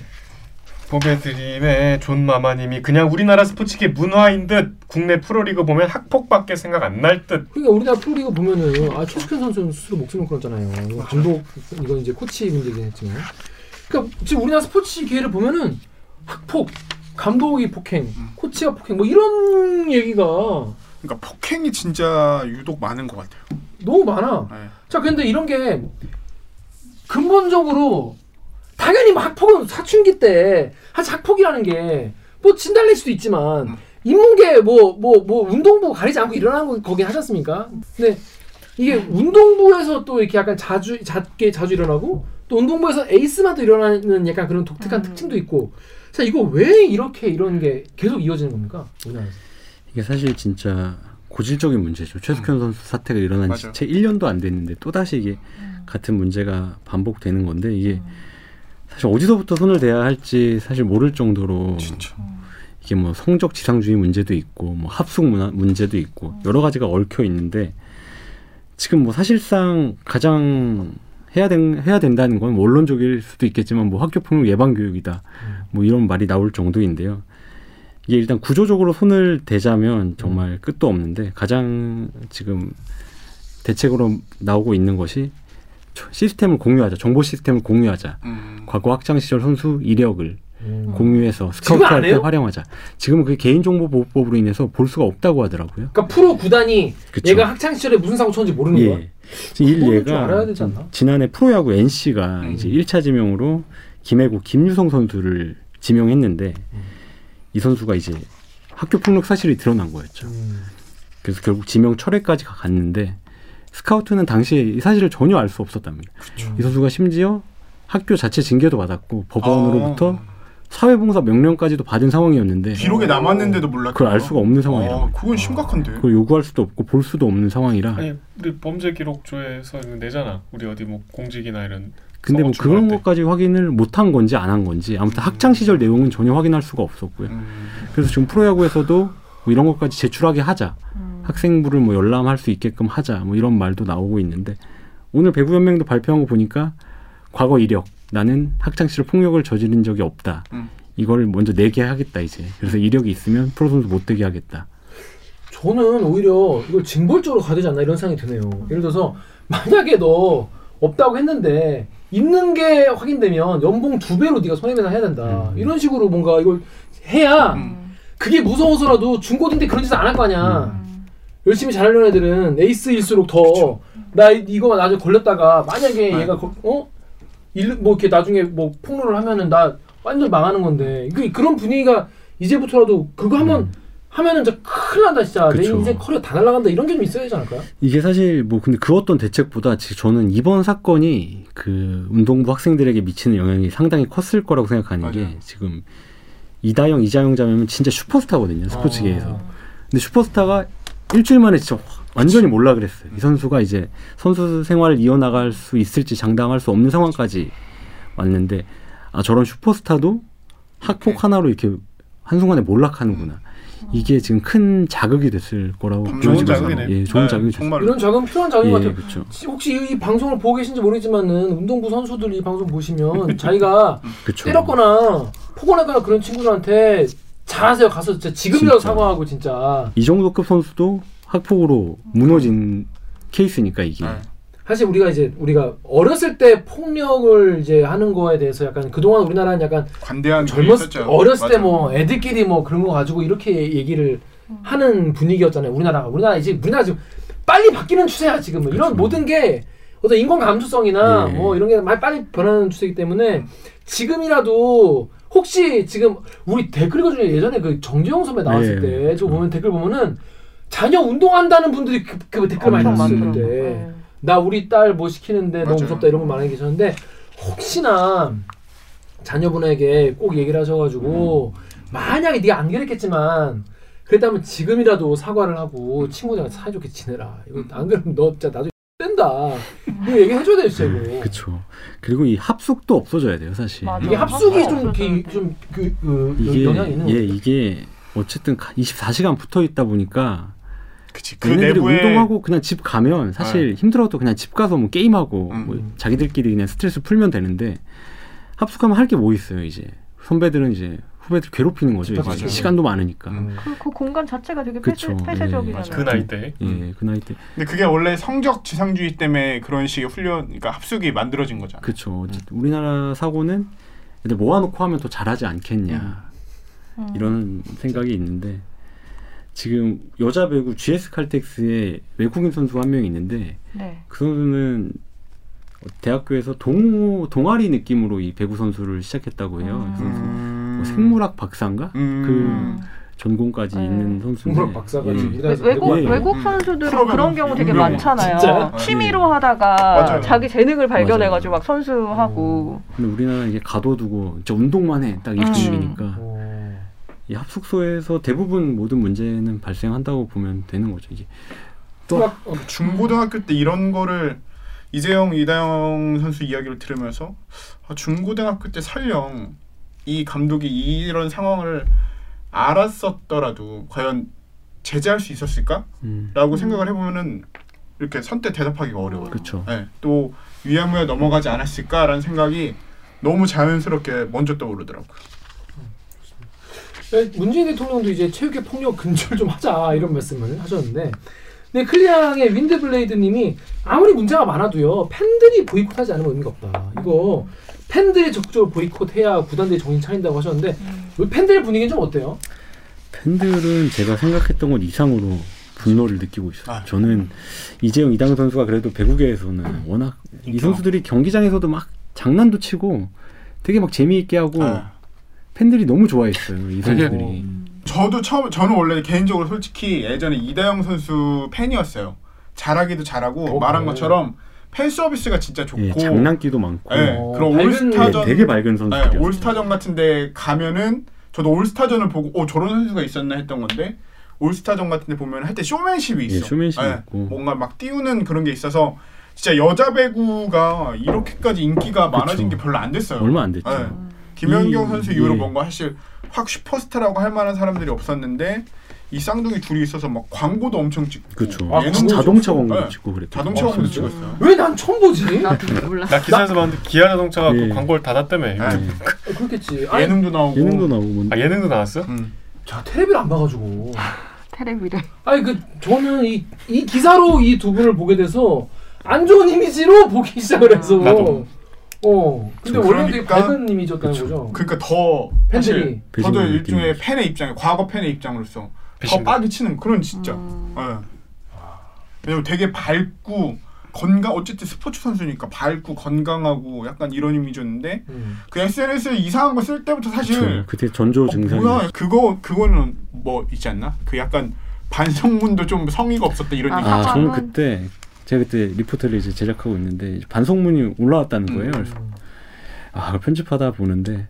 B: 보배드림의 존 마마님이 그냥 우리나라 스포츠계 문화인 듯 국내 프로리그 보면 학폭밖에 생각 안 날 듯.
A: 그러니까 우리나라 프로리그 보면은 아 최수현 선수는 스스로 목숨을 끊었잖아요. 이건 감독 이건 이제 코치 문제긴 했지만. 그러니까 지금 우리나라 스포츠 기회를 보면은 학폭, 감독이 폭행, 코치가 폭행 뭐 이런 얘기가
E: 그러니까 폭행이 진짜 유독 많은 것 같아요.
A: 너무 많아.
E: 네.
A: 자, 근데 이런 게 근본적으로 당연히 뭐 학폭은 사춘기 때 사실 학폭이라는 게 뭐 진달릴 수도 있지만 인문계 뭐 뭐 뭐 운동부 가리지 않고 일어나는 거 거긴 하셨습니까? 근데 이게 운동부에서 또 이렇게 약간 자주 잦게 자주 일어나고 또 운동부에서 에이스만 또 일어나는 약간 그런 독특한 특징도 있고 자 이거 왜 이렇게 이런 게 계속 이어지는 겁니까 우리나라에서?
F: 이게 사실 진짜 고질적인 문제죠. 최숙현 선수 사태가 일어난
E: 음. 맞아요.
F: 지채 1년도 안 됐는데 또다시 이게 같은 문제가 반복되는 건데 이게 사실 어디서부터 손을 대야 할지 사실 모를 정도로
E: 진짜.
F: 이게 뭐 성적 지상주의 문제도 있고 뭐 합숙 문화 문제도 있고 여러 가지가 얽혀 있는데 지금 뭐 사실상 가장 해야 된 해야 된다는 건뭐 원론적일 수도 있겠지만 뭐 학교 폭력 예방 교육이다
E: 음.
F: 뭐 이런 말이 나올 정도인데요. 이게 일단 구조적으로 손을
A: 음.
F: 대자면 정말 끝도 없는데 가장 지금 대책으로 나오고 있는 것이 조- 시스템을 공유하자, 정보 시스템을 공유하자.
E: 음.
F: 과거 학창 시절 선수 이력을 공유해서
A: 음. 지금 안
F: 스카우트할 때
A: 해요?
F: 활용하자. 지금은 그 개인정보보호법으로 인해서 볼 수가 없다고 하더라고요.
A: 그러니까 프로 구단이
F: 그쵸.
A: 얘가 학창 시절에 무슨 사고 쳤는지 모르는 거야.
F: 예. 이
A: 그거는 좀 알아야
F: 예가
A: 되지 않나? 음.
F: 지난해 프로야구 NC가 이제 1차 지명으로 김해구 김유성 선수를 지명했는데
A: 음.
F: 이 선수가 이제 학교 폭력 사실이 드러난 거였죠.
A: 음.
F: 그래서 결국 지명 철회까지 가- 갔는데 스카우트는 당시에 이 사실을 전혀 알 수 없었답니다. 이 선수가 심지어 학교 자체 징계도 받았고 법원으로부터 사회봉사 명령까지도 받은 상황이었는데
E: 아. 기록에 남았는데도 몰랐고
F: 그걸 알 수가 없는 상황이라고.
E: 아, 그건 심각한데.
F: 그걸 요구할 수도 없고 볼 수도 없는 상황이라
E: 네,
B: 아니 우리 범죄 기록조에서 이거 내잖아. 우리 어디 뭐 공직이나 이런.
F: 근데 뭐
B: 선거 출마할
F: 그런
B: 때.
F: 것까지 확인을 못한 건지 안 한 건지 아무튼 학창 시절 내용은 전혀 확인할 수가 없었고요.
E: 음.
F: 그래서 지금 프로야구에서도 뭐 이런 것까지 제출하게 하자. 학생부를 뭐 열람할 수 있게끔 하자. 뭐 이런 말도 나오고 있는데 오늘 배구 연맹도 발표한 거 보니까 과거 이력 나는 학창 시절 폭력을 저지른 적이 없다.
E: 음.
F: 이걸 먼저 내게 하겠다 이제. 그래서 이력이 있으면 프로 선수 못 되게 하겠다.
A: 저는 오히려 이걸 징벌적으로 가야 되지 않나 이런 생각이 드네요. 예를 들어서 만약에 너 없다고 했는데 있는 게 확인되면 연봉 두 배로 네가 손해배상 해야 된다. 이런 식으로 뭔가 이걸 해야 그게 무서워서라도 중고딩 때 그런 짓을 안 할 거 아니야.
C: 음.
A: 열심히 잘하려는 애들은 에이스일수록 더 나 이거 나중에 걸렸다가 만약에
F: 네.
A: 얘가 거- 어? 일, 뭐 이렇게 나중에 뭐 폭로를 하면은 나 완전 망하는 건데 그, 그런 분위기가 이제부터라도 그거 한번 하면은 진짜 큰일 난다 진짜 내
F: 음. 그쵸.
A: 인생 커리어 다 날라간다 이런 게 좀 있어야 되지 않을까요?
F: 이게 사실 뭐 근데 그 어떤 대책보다 지- 저는 이번 사건이 그 운동부 학생들에게 미치는 영향이 상당히 컸을 거라고 생각하는
E: 맞아요.
F: 게 지금 이다영, 이자영 자매는 진짜 슈퍼스타거든요 스포츠계에서. 근데 슈퍼스타가 일주일 만에 진짜 확- 완전히 몰라 그랬어요. 이 선수가 이제 선수 생활을 이어나갈 수 있을지 장담할 수 없는 상황까지 왔는데 아 저런 슈퍼스타도 학폭 하나로 이렇게 한순간에 몰락하는구나. 이게 지금 큰 자극이 됐을 거라고
E: 좋은
F: 보여지고 있어요.
B: 자극이네요.
F: 예, 좋은
E: 네,
F: 자극이 됐어요.
E: 정말로.
A: 이런 작은 필요한 작은 것
F: 예,
A: 같아요.
F: 그렇죠.
A: 혹시- 혹시 이, 이 방송을 보고 계신지 모르겠지만은 운동부 선수들 이 방송 보시면 자기가
F: 그렇죠.
A: 때렸거나 폭언했거나 그런 친구들한테 잘하세요 가서 진짜 지금이라도
F: 진짜.
A: 사과하고 진짜
F: 이 정도급 선수도 학폭으로 무너진 케이스니까 이게.
E: 네.
A: 사실 우리가 이제 우리가 어렸을 때 폭력을 이제 하는 거에 대해서 약간 그동안 우리나라는 약간
E: 관대한 게
A: 젊었을 때
E: 있었죠.
A: 어렸을
E: 맞아요.
A: 때 뭐 애들끼리 뭐 그런 거 가지고 이렇게 얘기를 하는 분위기였잖아요. 우리나라가 우리나라 이제 우리나라 지금 빨리 바뀌는 추세야 지금 은 이런
F: 그렇죠.
A: 모든 게 어떤 인권 감수성이나
F: 예.
A: 뭐 이런 게 많이 빨리 변하는 추세이기 때문에 지금이라도 혹시 지금 우리 댓글 읽어 중에 예전에 그 정재영 선배 나왔을
F: 네,
A: 때 저 보면 댓글 보면은 자녀 운동한다는 분들이 그, 그 댓글 많이
F: 엄청
A: 났을
C: 음.
F: 많더라고요.
A: 때
C: 네.
A: 나 우리 딸 뭐 시키는데 너무
E: 맞아요.
A: 무섭다 이런 분 많이 계셨는데 혹시나 자녀분에게 꼭 얘기를 하셔가지고
F: 음.
A: 만약에 네가 안 그랬겠지만 그랬다면 지금이라도 사과를 하고 친구들이랑 사이좋게 지내라
F: 음.
A: 이거 안 그러면 너 진짜 나중에 뗀다 이거 얘기해줘야 돼요 진짜 이거
F: 그렇죠. 그리고 이 합숙도 없어져야 돼요, 사실.
C: 맞아요.
A: 이게 합숙이
C: 맞아요. 그렇죠.
A: 좀좀그 그,
F: 이게
A: 영향이 있는
F: 예,
A: 거죠
F: 이게 어쨌든 가- 24시간 붙어 있다 보니까
E: 그치. 그
F: 걔네들이
E: 내부에 네.
F: 운동하고 그냥 집 가면 사실 힘들어도 그냥 집 가서 뭐 게임하고
E: 음.
F: 뭐 자기들끼리 그냥 스트레스 풀면 되는데 합숙하면 할 게 뭐 있어요, 이제. 선배들은 이제 후배들 괴롭히는 거죠. 이제.
E: 맞아요.
F: 시간도 많으니까.
E: 음.
C: 그, 그 공간 자체가 되게 폐쇄,
F: 그쵸,
C: 폐쇄적이잖아요.
B: 그 나이 때.
F: 예, 그 나이 때
E: 근데 그게 원래 성적 지상주의 때문에 그런 식의 훈련, 그러니까 합숙이 만들어진 거잖아.
F: 그렇죠. 어쨌든 우리나라 사고는 근데 모아놓고 하면 더 잘하지 않겠냐
C: 음.
F: 이런 생각이 있는데 지금 여자 배구 GS 칼텍스에 외국인 선수 한 명 있는데
C: 네.
F: 그 선수는 대학교에서 동 동아리 느낌으로 이 배구 선수를 시작했다고 해요. 그 선수
E: 음.
F: 뭐 생물학 박사인가
E: 음.
F: 그 전공까지
C: 네.
F: 있는 선수인데
A: 물론 박사가
F: 예.
A: 지금
C: 외-
A: 우리나라에서
C: 외국
F: 예.
C: 외국 선수들은
E: 프로배구.
C: 그런 경우 되게
F: 음.
C: 많잖아요.
A: 네, 진짜요?
C: 취미로 하다가
E: 맞아요.
C: 자기 재능을 발견해가지고
F: 맞아요.
C: 막 선수하고
F: 근데 우리나라는 이게 가둬두고 진짜 운동만 해딱 이
C: 음.
F: 분위기니까
A: 어.
F: 이 합숙소에서 대부분 모든 문제는 발생한다고 보면 되는 거죠. 이게
A: 수학- 어,
E: 중고등학교 때 이런 거를 이재영, 이다영 선수 이야기를 들으면서 아, 중고등학교 때 설령 이 감독이 이런 상황을 알았었더라도 과연 제재할 수 있었을까라고
F: 음.
E: 생각을 해보면은 이렇게 선뜻 대답하기가 어려워요.
F: 그렇죠.
E: 네, 또 위안부에 넘어가지 않았을까라는 생각이 너무 자연스럽게 먼저 떠오르더라고요.
A: 그러니까 문재인 대통령도 이제 체육계 폭력 근절 좀 하자 이런 말씀을 하셨는데 근데 클리앙의 윈드블레이드님이 아무리 문제가 많아도요 팬들이 보이콧하지 않으면 의미가 없다. 이거 팬들이 적극적으로 보이콧해야 구단들이 정신 차린다고 하셨는데
C: 음.
A: 우리 팬들 분위기는 좀 어때요?
F: 팬들은 제가 생각했던 것 이상으로 분노를 느끼고 있어요.
E: 아.
F: 저는 이재용 이당 선수가 그래도 배구계에서는 워낙 이
E: 인기가
F: 선수들이 경기장에서도 막 장난도 치고 되게 막 재미있게 하고
E: 아.
F: 팬들이 너무 좋아했어요. 이
B: 되게
F: 선수들이.
E: 저도 처음 저는 원래 개인적으로 솔직히 예전에 이다영 선수 팬이었어요. 잘하기도 잘하고
A: 어,
E: 말한
A: 그래요?
E: 것처럼 팬 서비스가 진짜 좋고
F: 예, 장난기도 많고
E: 예,
A: 어,
E: 그런
A: 밝은-
E: 올스타전
F: 되게 밝은
E: 네,
F: 선수들이었어요.
E: 올스타전 같은데 가면은 저도 올스타전을 보고 어 저런 선수가 있었나 했던 건데 올스타전 같은데 보면 할 때 쇼맨십이 있어.
F: 예, 쇼맨십이
E: 네,
F: 있고.
E: 뭔가 막 띄우는 그런 게 있어서 진짜 여자 배구가 이렇게까지 인기가 많아진 게 별로 안 됐어요.
F: 얼마 안 됐죠.
E: 네. 김연경
F: 이-
E: 선수 이후로
F: 예.
E: 뭔가 사실 확 슈퍼스타라고 할 만한 사람들이 없었는데 이 쌍둥이 둘이 있어서 막 광고도 엄청 찍고
F: 그렇죠.
A: 아,
E: 예능
A: 광고
F: 자동차
E: 찍고,
F: 광고
E: 네,
F: 찍고 그랬죠.
E: 자동차 광고
F: 그렇죠.
E: 찍었어요.
A: 왜 난 처음 보지? 어,
C: 나도 몰라.
B: 나 기사에서 봤는데 기아 자동차가
F: 예.
B: 그 광고를 닫았다며.
E: 네.
B: 요즘.
A: 그렇겠지. 아니,
E: 예능도 나오고
F: 예능도 나오고 뭐
B: 아 예능도 나왔어?
E: 음.
A: 저 텔레비를 안 봐가지고.
C: 테레비를.
A: 아니 그 저는 이, 이 기사로 이 두 분을 보게 돼서 안 좋은 이미지로 보기
C: 아.
A: 시작을 해서
B: 나도.
A: 어 근데
E: 저
A: 원래 되게
E: 그러니까-
A: 밝은 이미지였다는 거죠
E: 그러니까 더 사실
A: 팬들이
F: 배신감
E: 저도
F: 느끼는
E: 일종의
F: 거죠.
E: 팬의 입장, 과거 팬의 입장으로서
B: 배신감.
E: 더 빠기치는 그런 진짜.
C: 음.
E: 예. 왜냐면 되게 밝고 건강 어쨌든 스포츠 선수니까 밝고 건강하고 약간 이런 이미지였는데
A: 음.
E: 그 SNS에 이상한 거 쓸 때부터 사실
F: 그렇죠. 그때 전조
E: 어,
F: 증상이
E: 뭐야 그거 그거는 뭐 있지 않나? 그 약간 반성문도 좀 성의가 없었다 이런
C: 아,
E: 얘기.
F: 아, 저는
C: 상황은-
F: 그때 제가 그때 리포트를 이제 제작하고 있는데 이제 반성문이 올라왔다는 거예요. 그래서 아, 그걸 편집하다 보는데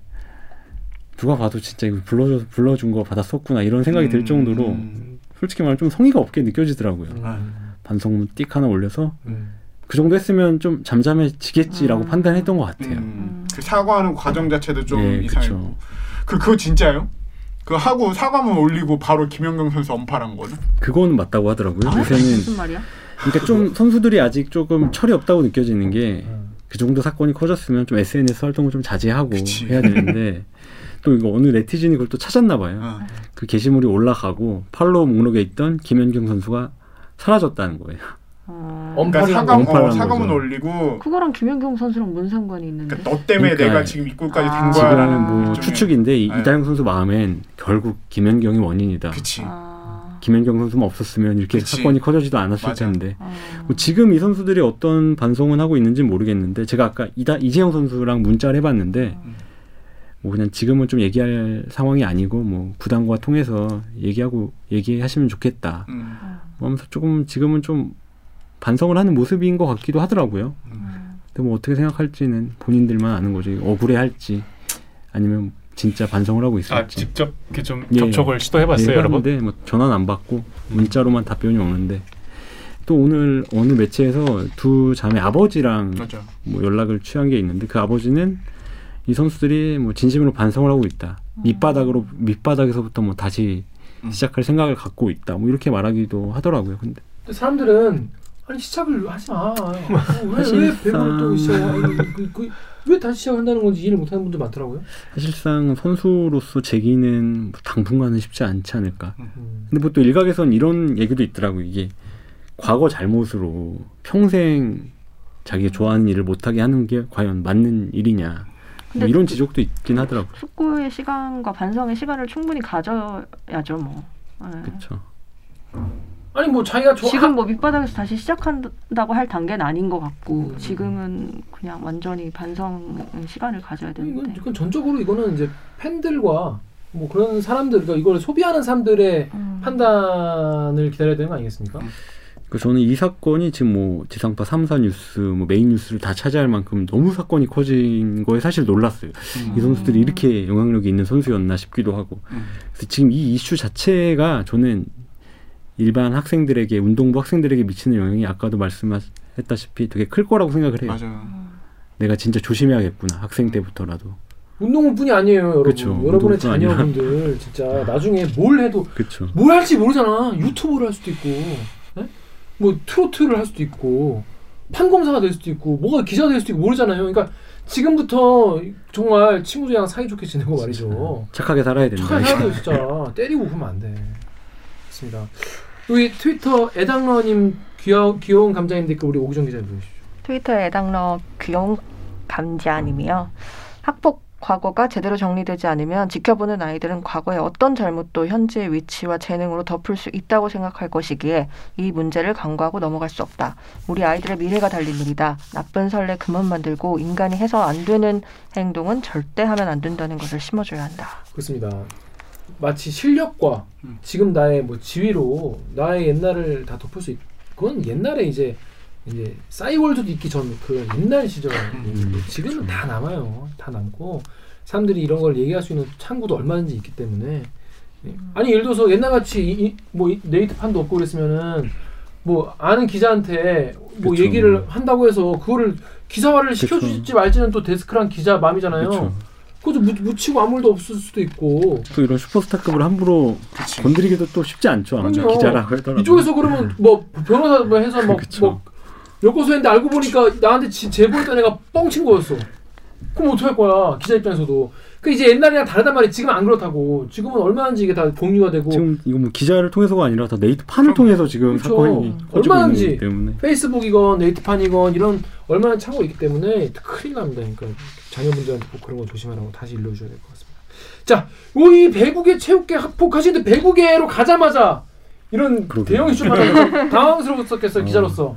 F: 누가 봐도 진짜 이거 불러줘 불러준 거 받았었구나 이런 생각이 들
E: 음,
F: 정도로
E: 음.
F: 솔직히 말하면 좀 성의가 없게 느껴지더라고요.
A: 음.
F: 반성문 띡 하나 올려서
A: 음.
F: 그 정도 했으면 좀 잠잠해지겠지라고
C: 음.
F: 판단했던 것 같아요.
E: 음. 그 사과하는 과정 자체도 좀
F: 예,
E: 이상했고.
F: 그렇죠.
E: 그 그거 진짜예요? 그 하고 사과문 올리고 바로 김연경 선수 언팔한 거는?
F: 그거는 맞다고 하더라고요. 요새는
C: 무슨 말이야?
F: 그러니까 좀 선수들이 아직 조금 철이 없다고 느껴지는 게
A: 음.
F: 그 정도 사건이 커졌으면 좀 SNS 활동을 좀 자제하고
E: 그치.
F: 해야 되는데 또 이거 어느 네티즌이 그걸 또 찾았나 봐요.
E: 어.
F: 그 게시물이 올라가고 팔로우 목록에 있던 김현경 선수가 사라졌다는 거예요.
C: 어.
A: 엄팔이
E: 그러니까
A: 한
E: 사과
A: 거.
F: 언팔한
E: 어,
F: 거죠.
E: 사과문 올리고
C: 그거랑 김연경 선수랑 뭔 상관이 있는데?
E: 그러니까 너 때문에
F: 그러니까요.
E: 내가 지금 이꼴까지
C: 아.
E: 된 거야라는
F: 지금은 뭐
E: 일종의-
F: 추측인데 이-
E: 네.
F: 이다영 선수 마음엔 결국 김현경이 원인이다.
E: 그치.
C: 아.
F: 김현경 선수만 없었으면 이렇게
E: 그치.
F: 사건이 커져지도 않았을
E: 맞아.
F: 텐데.
C: 어.
F: 뭐 지금 이 선수들이 어떤 반성은 하고 있는지 모르겠는데 제가 아까 이다 이재영 선수랑 문자를 해봤는데
E: 음.
F: 뭐 그냥 지금은 좀 얘기할 상황이 아니고 뭐 구단과 통해서 얘기하고 얘기하시면 좋겠다.
E: 음.
F: 뭐 하면서 조금 지금은 좀 반성을 하는 모습인 것 같기도 하더라고요. 근데 뭐 어떻게 생각할지는 본인들만 아는 거지. 억울해할지 아니면 진짜 반성을 하고
B: 아
F: 있을지.
B: 직접 이렇게 좀
F: 예.
B: 접촉을 시도해봤어요,
F: 예,
B: 여러분?
F: 하는데 뭐 전화는 안 받고 문자로만 답변이 오는데 또 오늘 어느 매체에서 두 자매 아버지랑
B: 네.
E: 맞아.
F: 뭐 연락을 취한 게 있는데 그 아버지는 이 선수들이 뭐 진심으로 반성을 하고 있다. 밑바닥으로 밑바닥에서부터 뭐 다시
E: 음.
F: 시작할 생각을 갖고 있다. 뭐 이렇게 말하기도 하더라고요. 근데
A: 근데 사람들은 아니 시작을 하지 마왜왜
F: 사실상-
A: 배구를 또 시작 그, 그, 왜 다시 시작한다는 건지 이해를 못하는 분들 많더라고요
F: 사실상 선수로서 재기는 뭐 당분간은 쉽지 않지 않을까.
A: 음.
F: 근데 보통 일각에선 이런 얘기도 있더라고 이게 과거 잘못으로 평생 자기가 좋아하는 일을 못하게 하는 게 과연 맞는 일이냐. 뭐
C: 근데 그
F: 이런 지적도 있긴 하더라고. 요
C: 숙고의 시간과 반성의 시간을 충분히 가져야죠, 뭐. 예.
F: 그렇죠.
A: 아니 뭐 자기가 좋아
C: 지금 뭐 밑바닥에서 다시 시작한다고 할 단계는 아닌 것 같고 지금은 그냥 완전히 반성 시간을 가져야
A: 이건,
C: 되는데
A: 이건 전적으로 이거는 이제 팬들과 뭐 그런 사람들 그러니까 이걸 소비하는 사람들의
C: 음.
A: 판단을 기다려야 되는 거 아니겠습니까?
F: 그 저는 이 사건이 지금 뭐 지상파 3사 뉴스, 뭐 메인 뉴스를 다 차지할 만큼 너무 사건이 커진 거에 사실 놀랐어요. 이 선수들이
C: 음.
F: 이렇게 영향력이 있는 선수였나 싶기도 하고.
E: 음.
F: 그래서 지금 이 이슈 자체가 저는 일반 학생들에게 운동부 학생들에게 미치는 영향이 아까도 말씀했다시피 되게 클 거라고 생각을 해요.
E: 맞아요.
F: 내가 진짜 조심해야겠구나 학생 때부터라도.
A: 운동뿐이 아니에요, 여러분.
F: 그쵸,
A: 여러분의
F: 운동뿐 아니라. 음.
A: 자녀분들 진짜 나중에 뭘 해도
F: 그렇죠.
A: 뭘 할지 모르잖아. 유튜브를 할 수도 있고, 예? 뭐 트로트를 할 수도 있고, 판검사가 될 수도 있고, 뭐가 기자가 될 수도 있고 모르잖아요. 그러니까 지금부터 정말 친구들이랑 사이좋게 지내고 뭐 말이죠.
F: 착하게 살아야 된다.
A: 착하게 살아야 돼요, 진짜. 때리고 그러면 안 돼. 그렇습니다. 우리 트위터 애당러님 귀여, 귀여운 감자님 댓글 우리 오기정 기자님 보내주시죠.
C: 트위터의 애당러 귀여운 감자님이요. 학폭 과거가 제대로 정리되지 않으면 지켜보는 아이들은 과거의 어떤 잘못도 현재의 위치와 재능으로 덮을 수 있다고 생각할 것이기에 이 문제를 간과하고 넘어갈 수 없다. 우리 아이들의 미래가 달린 일이다. 나쁜 설레 그만 만들고 인간이 해서 안 되는 행동은 절대 하면 안 된다는 것을 심어줘야 한다.
A: 그렇습니다. 마치 실력과
F: 음.
A: 지금 나의 뭐 지위로 나의 옛날을 다 덮을 수 있. 그건 옛날에 이제 이제 싸이월드도 있기 전 그 옛날 시절.
F: 음. 그렇죠.
A: 지금은 다 남아요. 다 남고 사람들이 이런 걸 얘기할 수 있는 창구도 얼마든지 있기 때문에 예. 아니 예를 들어서 옛날같이 이- 이- 뭐 이- 네이트 판도 없고 그랬으면은 뭐 아는 기자한테 뭐
F: 그쵸.
A: 얘기를 한다고 해서 그거를 기사화를 시켜주실지 말지는 또 데스크랑 기자 마음이잖아요.
F: 그렇죠.
A: 그것도 묻- 묻히고 아무 일도 없을 수도 있고
F: 또 이런 슈퍼스타급을 함부로
E: 그치.
F: 건드리기도 또 쉽지 않죠. 아무튼
A: 그럼요.
F: 기자라고 하더라도
A: 이쪽에서 그러면 뭐 변호사 뭐 해서
F: 그쵸.
A: 막뭐 여고서 했는데 알고 보니까 나한테 지- 제보했던 애가 뻥친 거였어. 그럼 어떡할 거야 기자 입장에서도. 그 이제 옛날이랑 다르단 말이야. 지금 은안 그렇다고. 지금은 얼마든지 이게 다 공유가 되고
F: 지금 이거 뭐 기자를 통해서가 아니라 다 네이트 판을 통해서 지금
A: 그쵸.
F: 사건이 커지고 있는
A: 얼마든지.
F: 거기 때문에
A: 페이스북이건 네이트판이건 이런 얼마나 창고 있기 때문에 큰일 납니다. 그러니까 자녀분들한테 꼭 그런 거 조심하라고 다시 일러주셔야 될 것 같습니다. 자, 이 배국의 체육계 학폭하시는데 배국계로 가자마자 이런
F: 그러게요.
A: 대형 이슈 받아서 당황스러웠었겠어요 기자로서.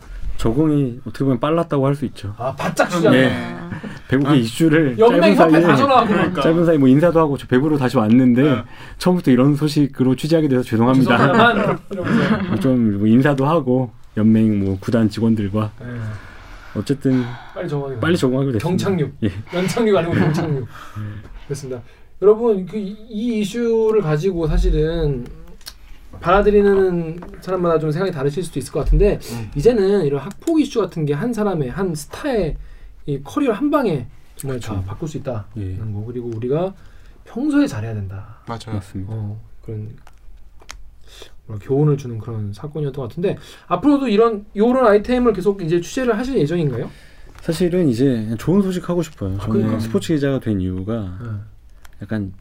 F: 적응이 어떻게 보면 빨랐다고 할 수 있죠.
A: 아 바짝
C: 네.
A: 주잖아요.
F: 예. 배구의
E: 아.
F: 이슈를
A: 연맹
F: 짧은
A: 협회 다
F: 사이에
A: 전화하고
E: 그러니까.
F: 짧은 사이 뭐 인사도 하고 저 배구로 다시 왔는데
E: 네.
F: 처음부터 이런 소식으로 취재하게 돼서 죄송합니다.
A: 죄송합니다만 이러면서.
F: 좀뭐 인사도 하고 연맹 뭐 구단 직원들과
A: 예.
F: 어쨌든
A: 빨리 정하기.
F: 빨리 적응하기로 됐습니다.
A: 경착륙.
F: 예.
A: 연착륙 아니고 경착륙. 그렇습니다. 여러분 그, 이- 이 이슈를 가지고 사실은 받아들이는 사람마다 좀 생각이 다르실 수도 있을 것 같은데 이제는 이런 학폭 이슈 같은 게 한 사람의 한 스타의 이 커리어 한 방에 정말 다 바꿀 수 있다는
F: 예.
A: 거 그리고 우리가 평소에 잘해야 된다.
E: 맞아요.
F: 맞습니다.
A: 어, 그런 뭐라 교훈을 주는 그런 사건이었던 것 같은데 앞으로도 이런 요런 아이템을 계속 이제 취재를 하실 예정인가요?
F: 사실은 이제 그냥 좋은 소식 하고 싶어요. 저는
A: 그러니까.
F: 스포츠 기자가 된 이유가
A: 네.
F: 약간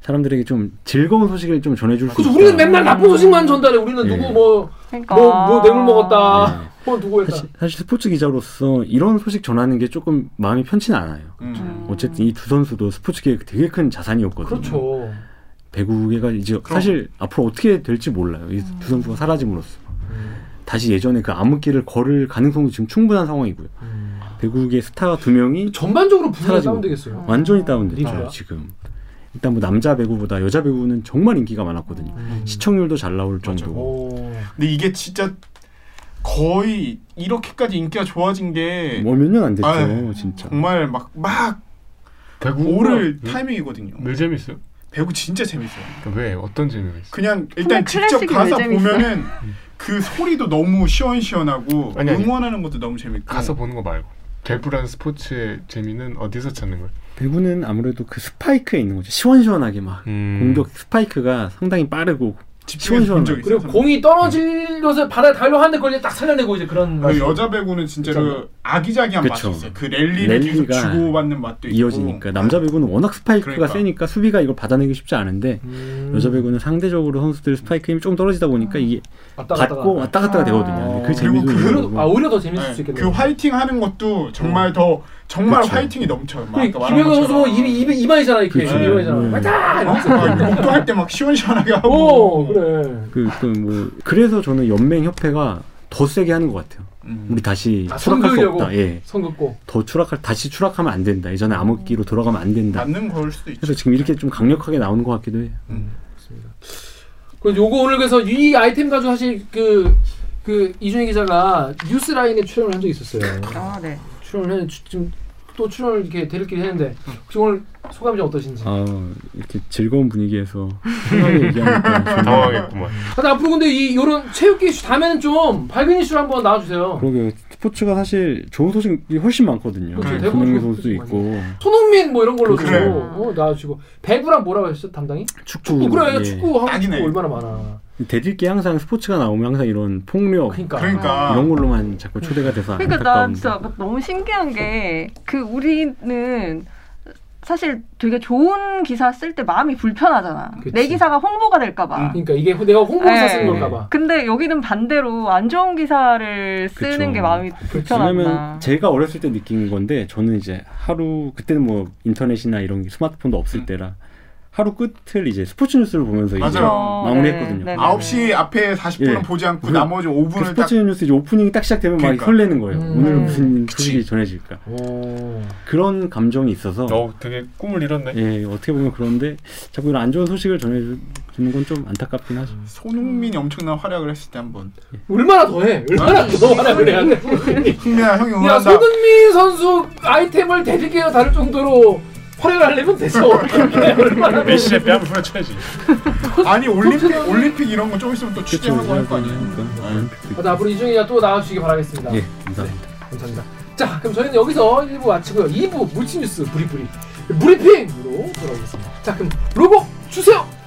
F: 사람들에게 좀 즐거운 소식을 좀 전해줄 수
A: 그죠
F: 있다. 네.
A: 우리는 맨날 나쁜 소식만 전달해 우리는
F: 예.
A: 누구 뭐
C: 그러니까
A: 뭐 뭐 뇌물 먹었다
F: 네.
A: 뭐 누구 했다
F: 사실, 사실 스포츠 기자로서 이런 소식 전하는 게 조금 마음이 편치는 않아요.
E: 음.
F: 어쨌든 이 두 선수도 스포츠계에 되게 큰 자산이었거든요.
A: 그렇죠
F: 배구계가 이제 사실 앞으로 어떻게 될지 몰라요. 이 두 선수가 사라짐으로써
A: 음,
F: 다시 예전에 그 암흑기를 걸을 가능성도 지금 충분한 상황이고요. 배구계 스타 두 명이
A: 음. 전반적으로 분위기가
F: 사라지고.
A: 다운되겠어요
F: 완전히 다운됐죠
E: 그러니까.
A: 리그가?
F: 지금. 일단 뭐 남자 배구보다 여자 배구는 정말 인기가
E: 음.
F: 많았거든요.
A: 음.
F: 시청률도 잘 나올 정도고.
A: 오.
E: 근데 이게 진짜 거의 이렇게까지 인기가 좋아진 게
F: 뭐 몇 년 안 됐죠,
E: 예. 아유. 음.
F: 진짜.
E: 정말 막 막
B: 배구
F: 뭐?
E: 오를
B: 왜,
E: 타이밍이거든요.
B: 왜 뭐, 재밌어요?
E: 배구 진짜 재밌어요.
B: 그러니까 왜 어떤 재미가 있어?
E: 그냥 일단
C: 정말
E: 직접
C: 클래식이
E: 가서
C: 왜 재밌어?
E: 보면은
F: 음.
E: 그 소리도 너무 시원시원하고
B: 아니, 아니.
E: 응원하는 것도 너무 재밌고
B: 가서 보는 거 말고 배구라는 스포츠의 재미는 어디서 찾는 거야?
F: 배구는 아무래도 그 스파이크에 있는 거죠. 시원시원하게 막
B: 음.
F: 공격 스파이크가 상당히 빠르고
E: 집중해서 본적
F: 시원시원하게.
E: 있어요.
A: 그리고 공이
F: 예.
A: 떨어지려서 바다에 달려 하는데 그걸 이제 딱 살려내고 이제 그런
E: 그
A: 맛이.
E: 여자 배구는 진짜로 아기자기한
F: 그쵸.
E: 맛이 있어요. 그 랠리를 계속
F: 랠리가
E: 주고받는 맛도 있고 네.
F: 이어지니까 남자 배구는 워낙 스파이크가
E: 그러니까.
F: 세니까 수비가 이걸 받아내기 쉽지 않은데
A: 음.
F: 여자 배구는 상대적으로 선수들 스파이크 힘이 좀 떨어지다 보니까 이게
A: 왔다 갔다
F: 받고 왔다 갔다가 되거든요. 근데
A: 아.
F: 그 재미도
E: 그리고 그-
F: 있는 예.
A: 오히려,
F: 거고.
A: 아 오히려 더 재밌을
E: 네,
A: 수
E: 그
A: 있겠네요
E: 화이팅 하는 것도 정말 더 정말 화이팅이 넘쳐요. 막 아까 말한
A: 그러니까 김혜경 선수
E: 것처럼.
A: 입이 입이 이마이잖아 이렇게
F: 그 그렇죠.
A: 이마이잖아
F: 음.
A: 왔다
E: 어? 막 욕도 할 때 막 시원시원하게 하고
A: 오
F: 음.
A: 그래
F: 그뭐 그래서 저는 연맹 협회가 더 세게 하는 것 같아요.
E: 음.
F: 우리 다시
A: 아,
F: 추락할 수
A: 손들려고.
F: 없다. 예,
A: 선 긋고
F: 더 추락할 다시 추락하면 안 된다. 예전에 암흑기로 돌아가면 안 된다.
E: 맞는 걸 수도 있죠.
F: 그래서 지금 이렇게 좀 강력하게 나오는 것 같기도 해요.
E: 음.
A: 그 요거 오늘 그래서 이 아이템 가지고 사실 그, 그 이준희 기자가 뉴스라인에 출연을 한 적이 있었어요.
C: 아, 네.
A: 출연을 했는데 주- 지금 또 출연을 이렇게 대리끼리 했는데 혹시 오늘 소감이 좀 어떠신지.
F: 아 이렇게 즐거운 분위기에서 편하게 얘기하니까 정말
B: 당황했구만.
A: 근데 앞으로 근데 이 요런 체육계 이슈 다음에는 좀 밝은 이슈로 한번 나와주세요.
F: 그러게요. 스포츠가 사실 좋은 소식이 훨씬 많거든요.
A: 그렇죠.
F: 그
A: 대부분
F: 금융
A: 좋은
F: 소식도
A: 소식이
F: 있고
A: 손흥민 뭐 이런 걸로
E: 그래.
A: 주고 어, 나와주고 배구랑 뭐라고 했어 담당이?
F: 축구.
A: 어, 그래
F: 예. 어,
A: 축구 하고
E: 딱이네.
A: 축구 얼마나 많아.
F: 대들기 항상 스포츠가 나오면 항상 이런 폭력
A: 그러니까.
E: 그러니까
F: 이런 걸로만 자꾸 초대가 돼서
C: 그러니까
F: 안타까운.
C: 나 진짜 아까 너무 신기한 게 그 우리는 사실 되게 좋은 기사 쓸 때 마음이 불편하잖아.
A: 그치. 음.
C: 내 기사가 홍보가 될까봐.
A: 그러니까 이게 내가 홍보사
C: 네.
A: 쓴 걸까봐.
C: 근데 여기는 반대로 안 좋은 기사를 쓰는
F: 그쵸.
C: 게 마음이
F: 왜냐면
C: 불편하구나.
F: 제가 어렸을 때 느낀 건데 저는 이제 하루 그때는 뭐 인터넷이나 이런 게 스마트폰도
C: 음.
F: 없을 때라 하루 끝을 이제 스포츠 뉴스를 보면서 이제
E: 맞아요.
F: 마무리했거든요.
C: 네, 네, 네.
E: 9시 앞에 40분은
F: 예.
E: 보지 않고
F: 그-
E: 나머지
F: 그
E: 5분을 딱
F: 스포츠 뉴스 이제 오프닝이 딱 시작되면
E: 그러니까.
F: 막 설레는 거예요.
A: 음.
F: 오늘
C: 네.
F: 무슨
E: 그치.
F: 소식이 전해질까
A: 오.
F: 그런 감정이 있어서
B: 어, 되게 꿈을 이뤘네.
F: 예 어떻게 보면 그런데 자꾸 이런 안 좋은 소식을 전해주는 건 좀 안타깝긴 하죠.
E: 손흥민이 엄청난 활약을 했을 때 한번
A: 얼마나 더해? 얼마나 더 하라 그래야 돼?
E: 흥민아 형이
A: 야
E: 응원한다
A: 손흥민 선수 아이템을 대리기가 다를 정도로 활약을 하려면 됐어.
F: 예.
A: 얼마나
B: 메시의 뺨을 부러쳐야지.
E: 아니 올림픽
A: 손흥민-
E: 올림픽 이런 거 좀 있으면 또 취재하고
F: 그렇죠.
E: 할 거 아니에요
A: 아, 나 앞으로 이중이가 또 나와주시기 바라겠습니다.
F: 예 감사합니다.
A: 감사합니다. 자, 그럼 저희는 여기서 1부 마치고요. 2부 물티뉴스 브리브리 브리핑으로 돌아오겠습니다. 자, 그럼 로고 주세요.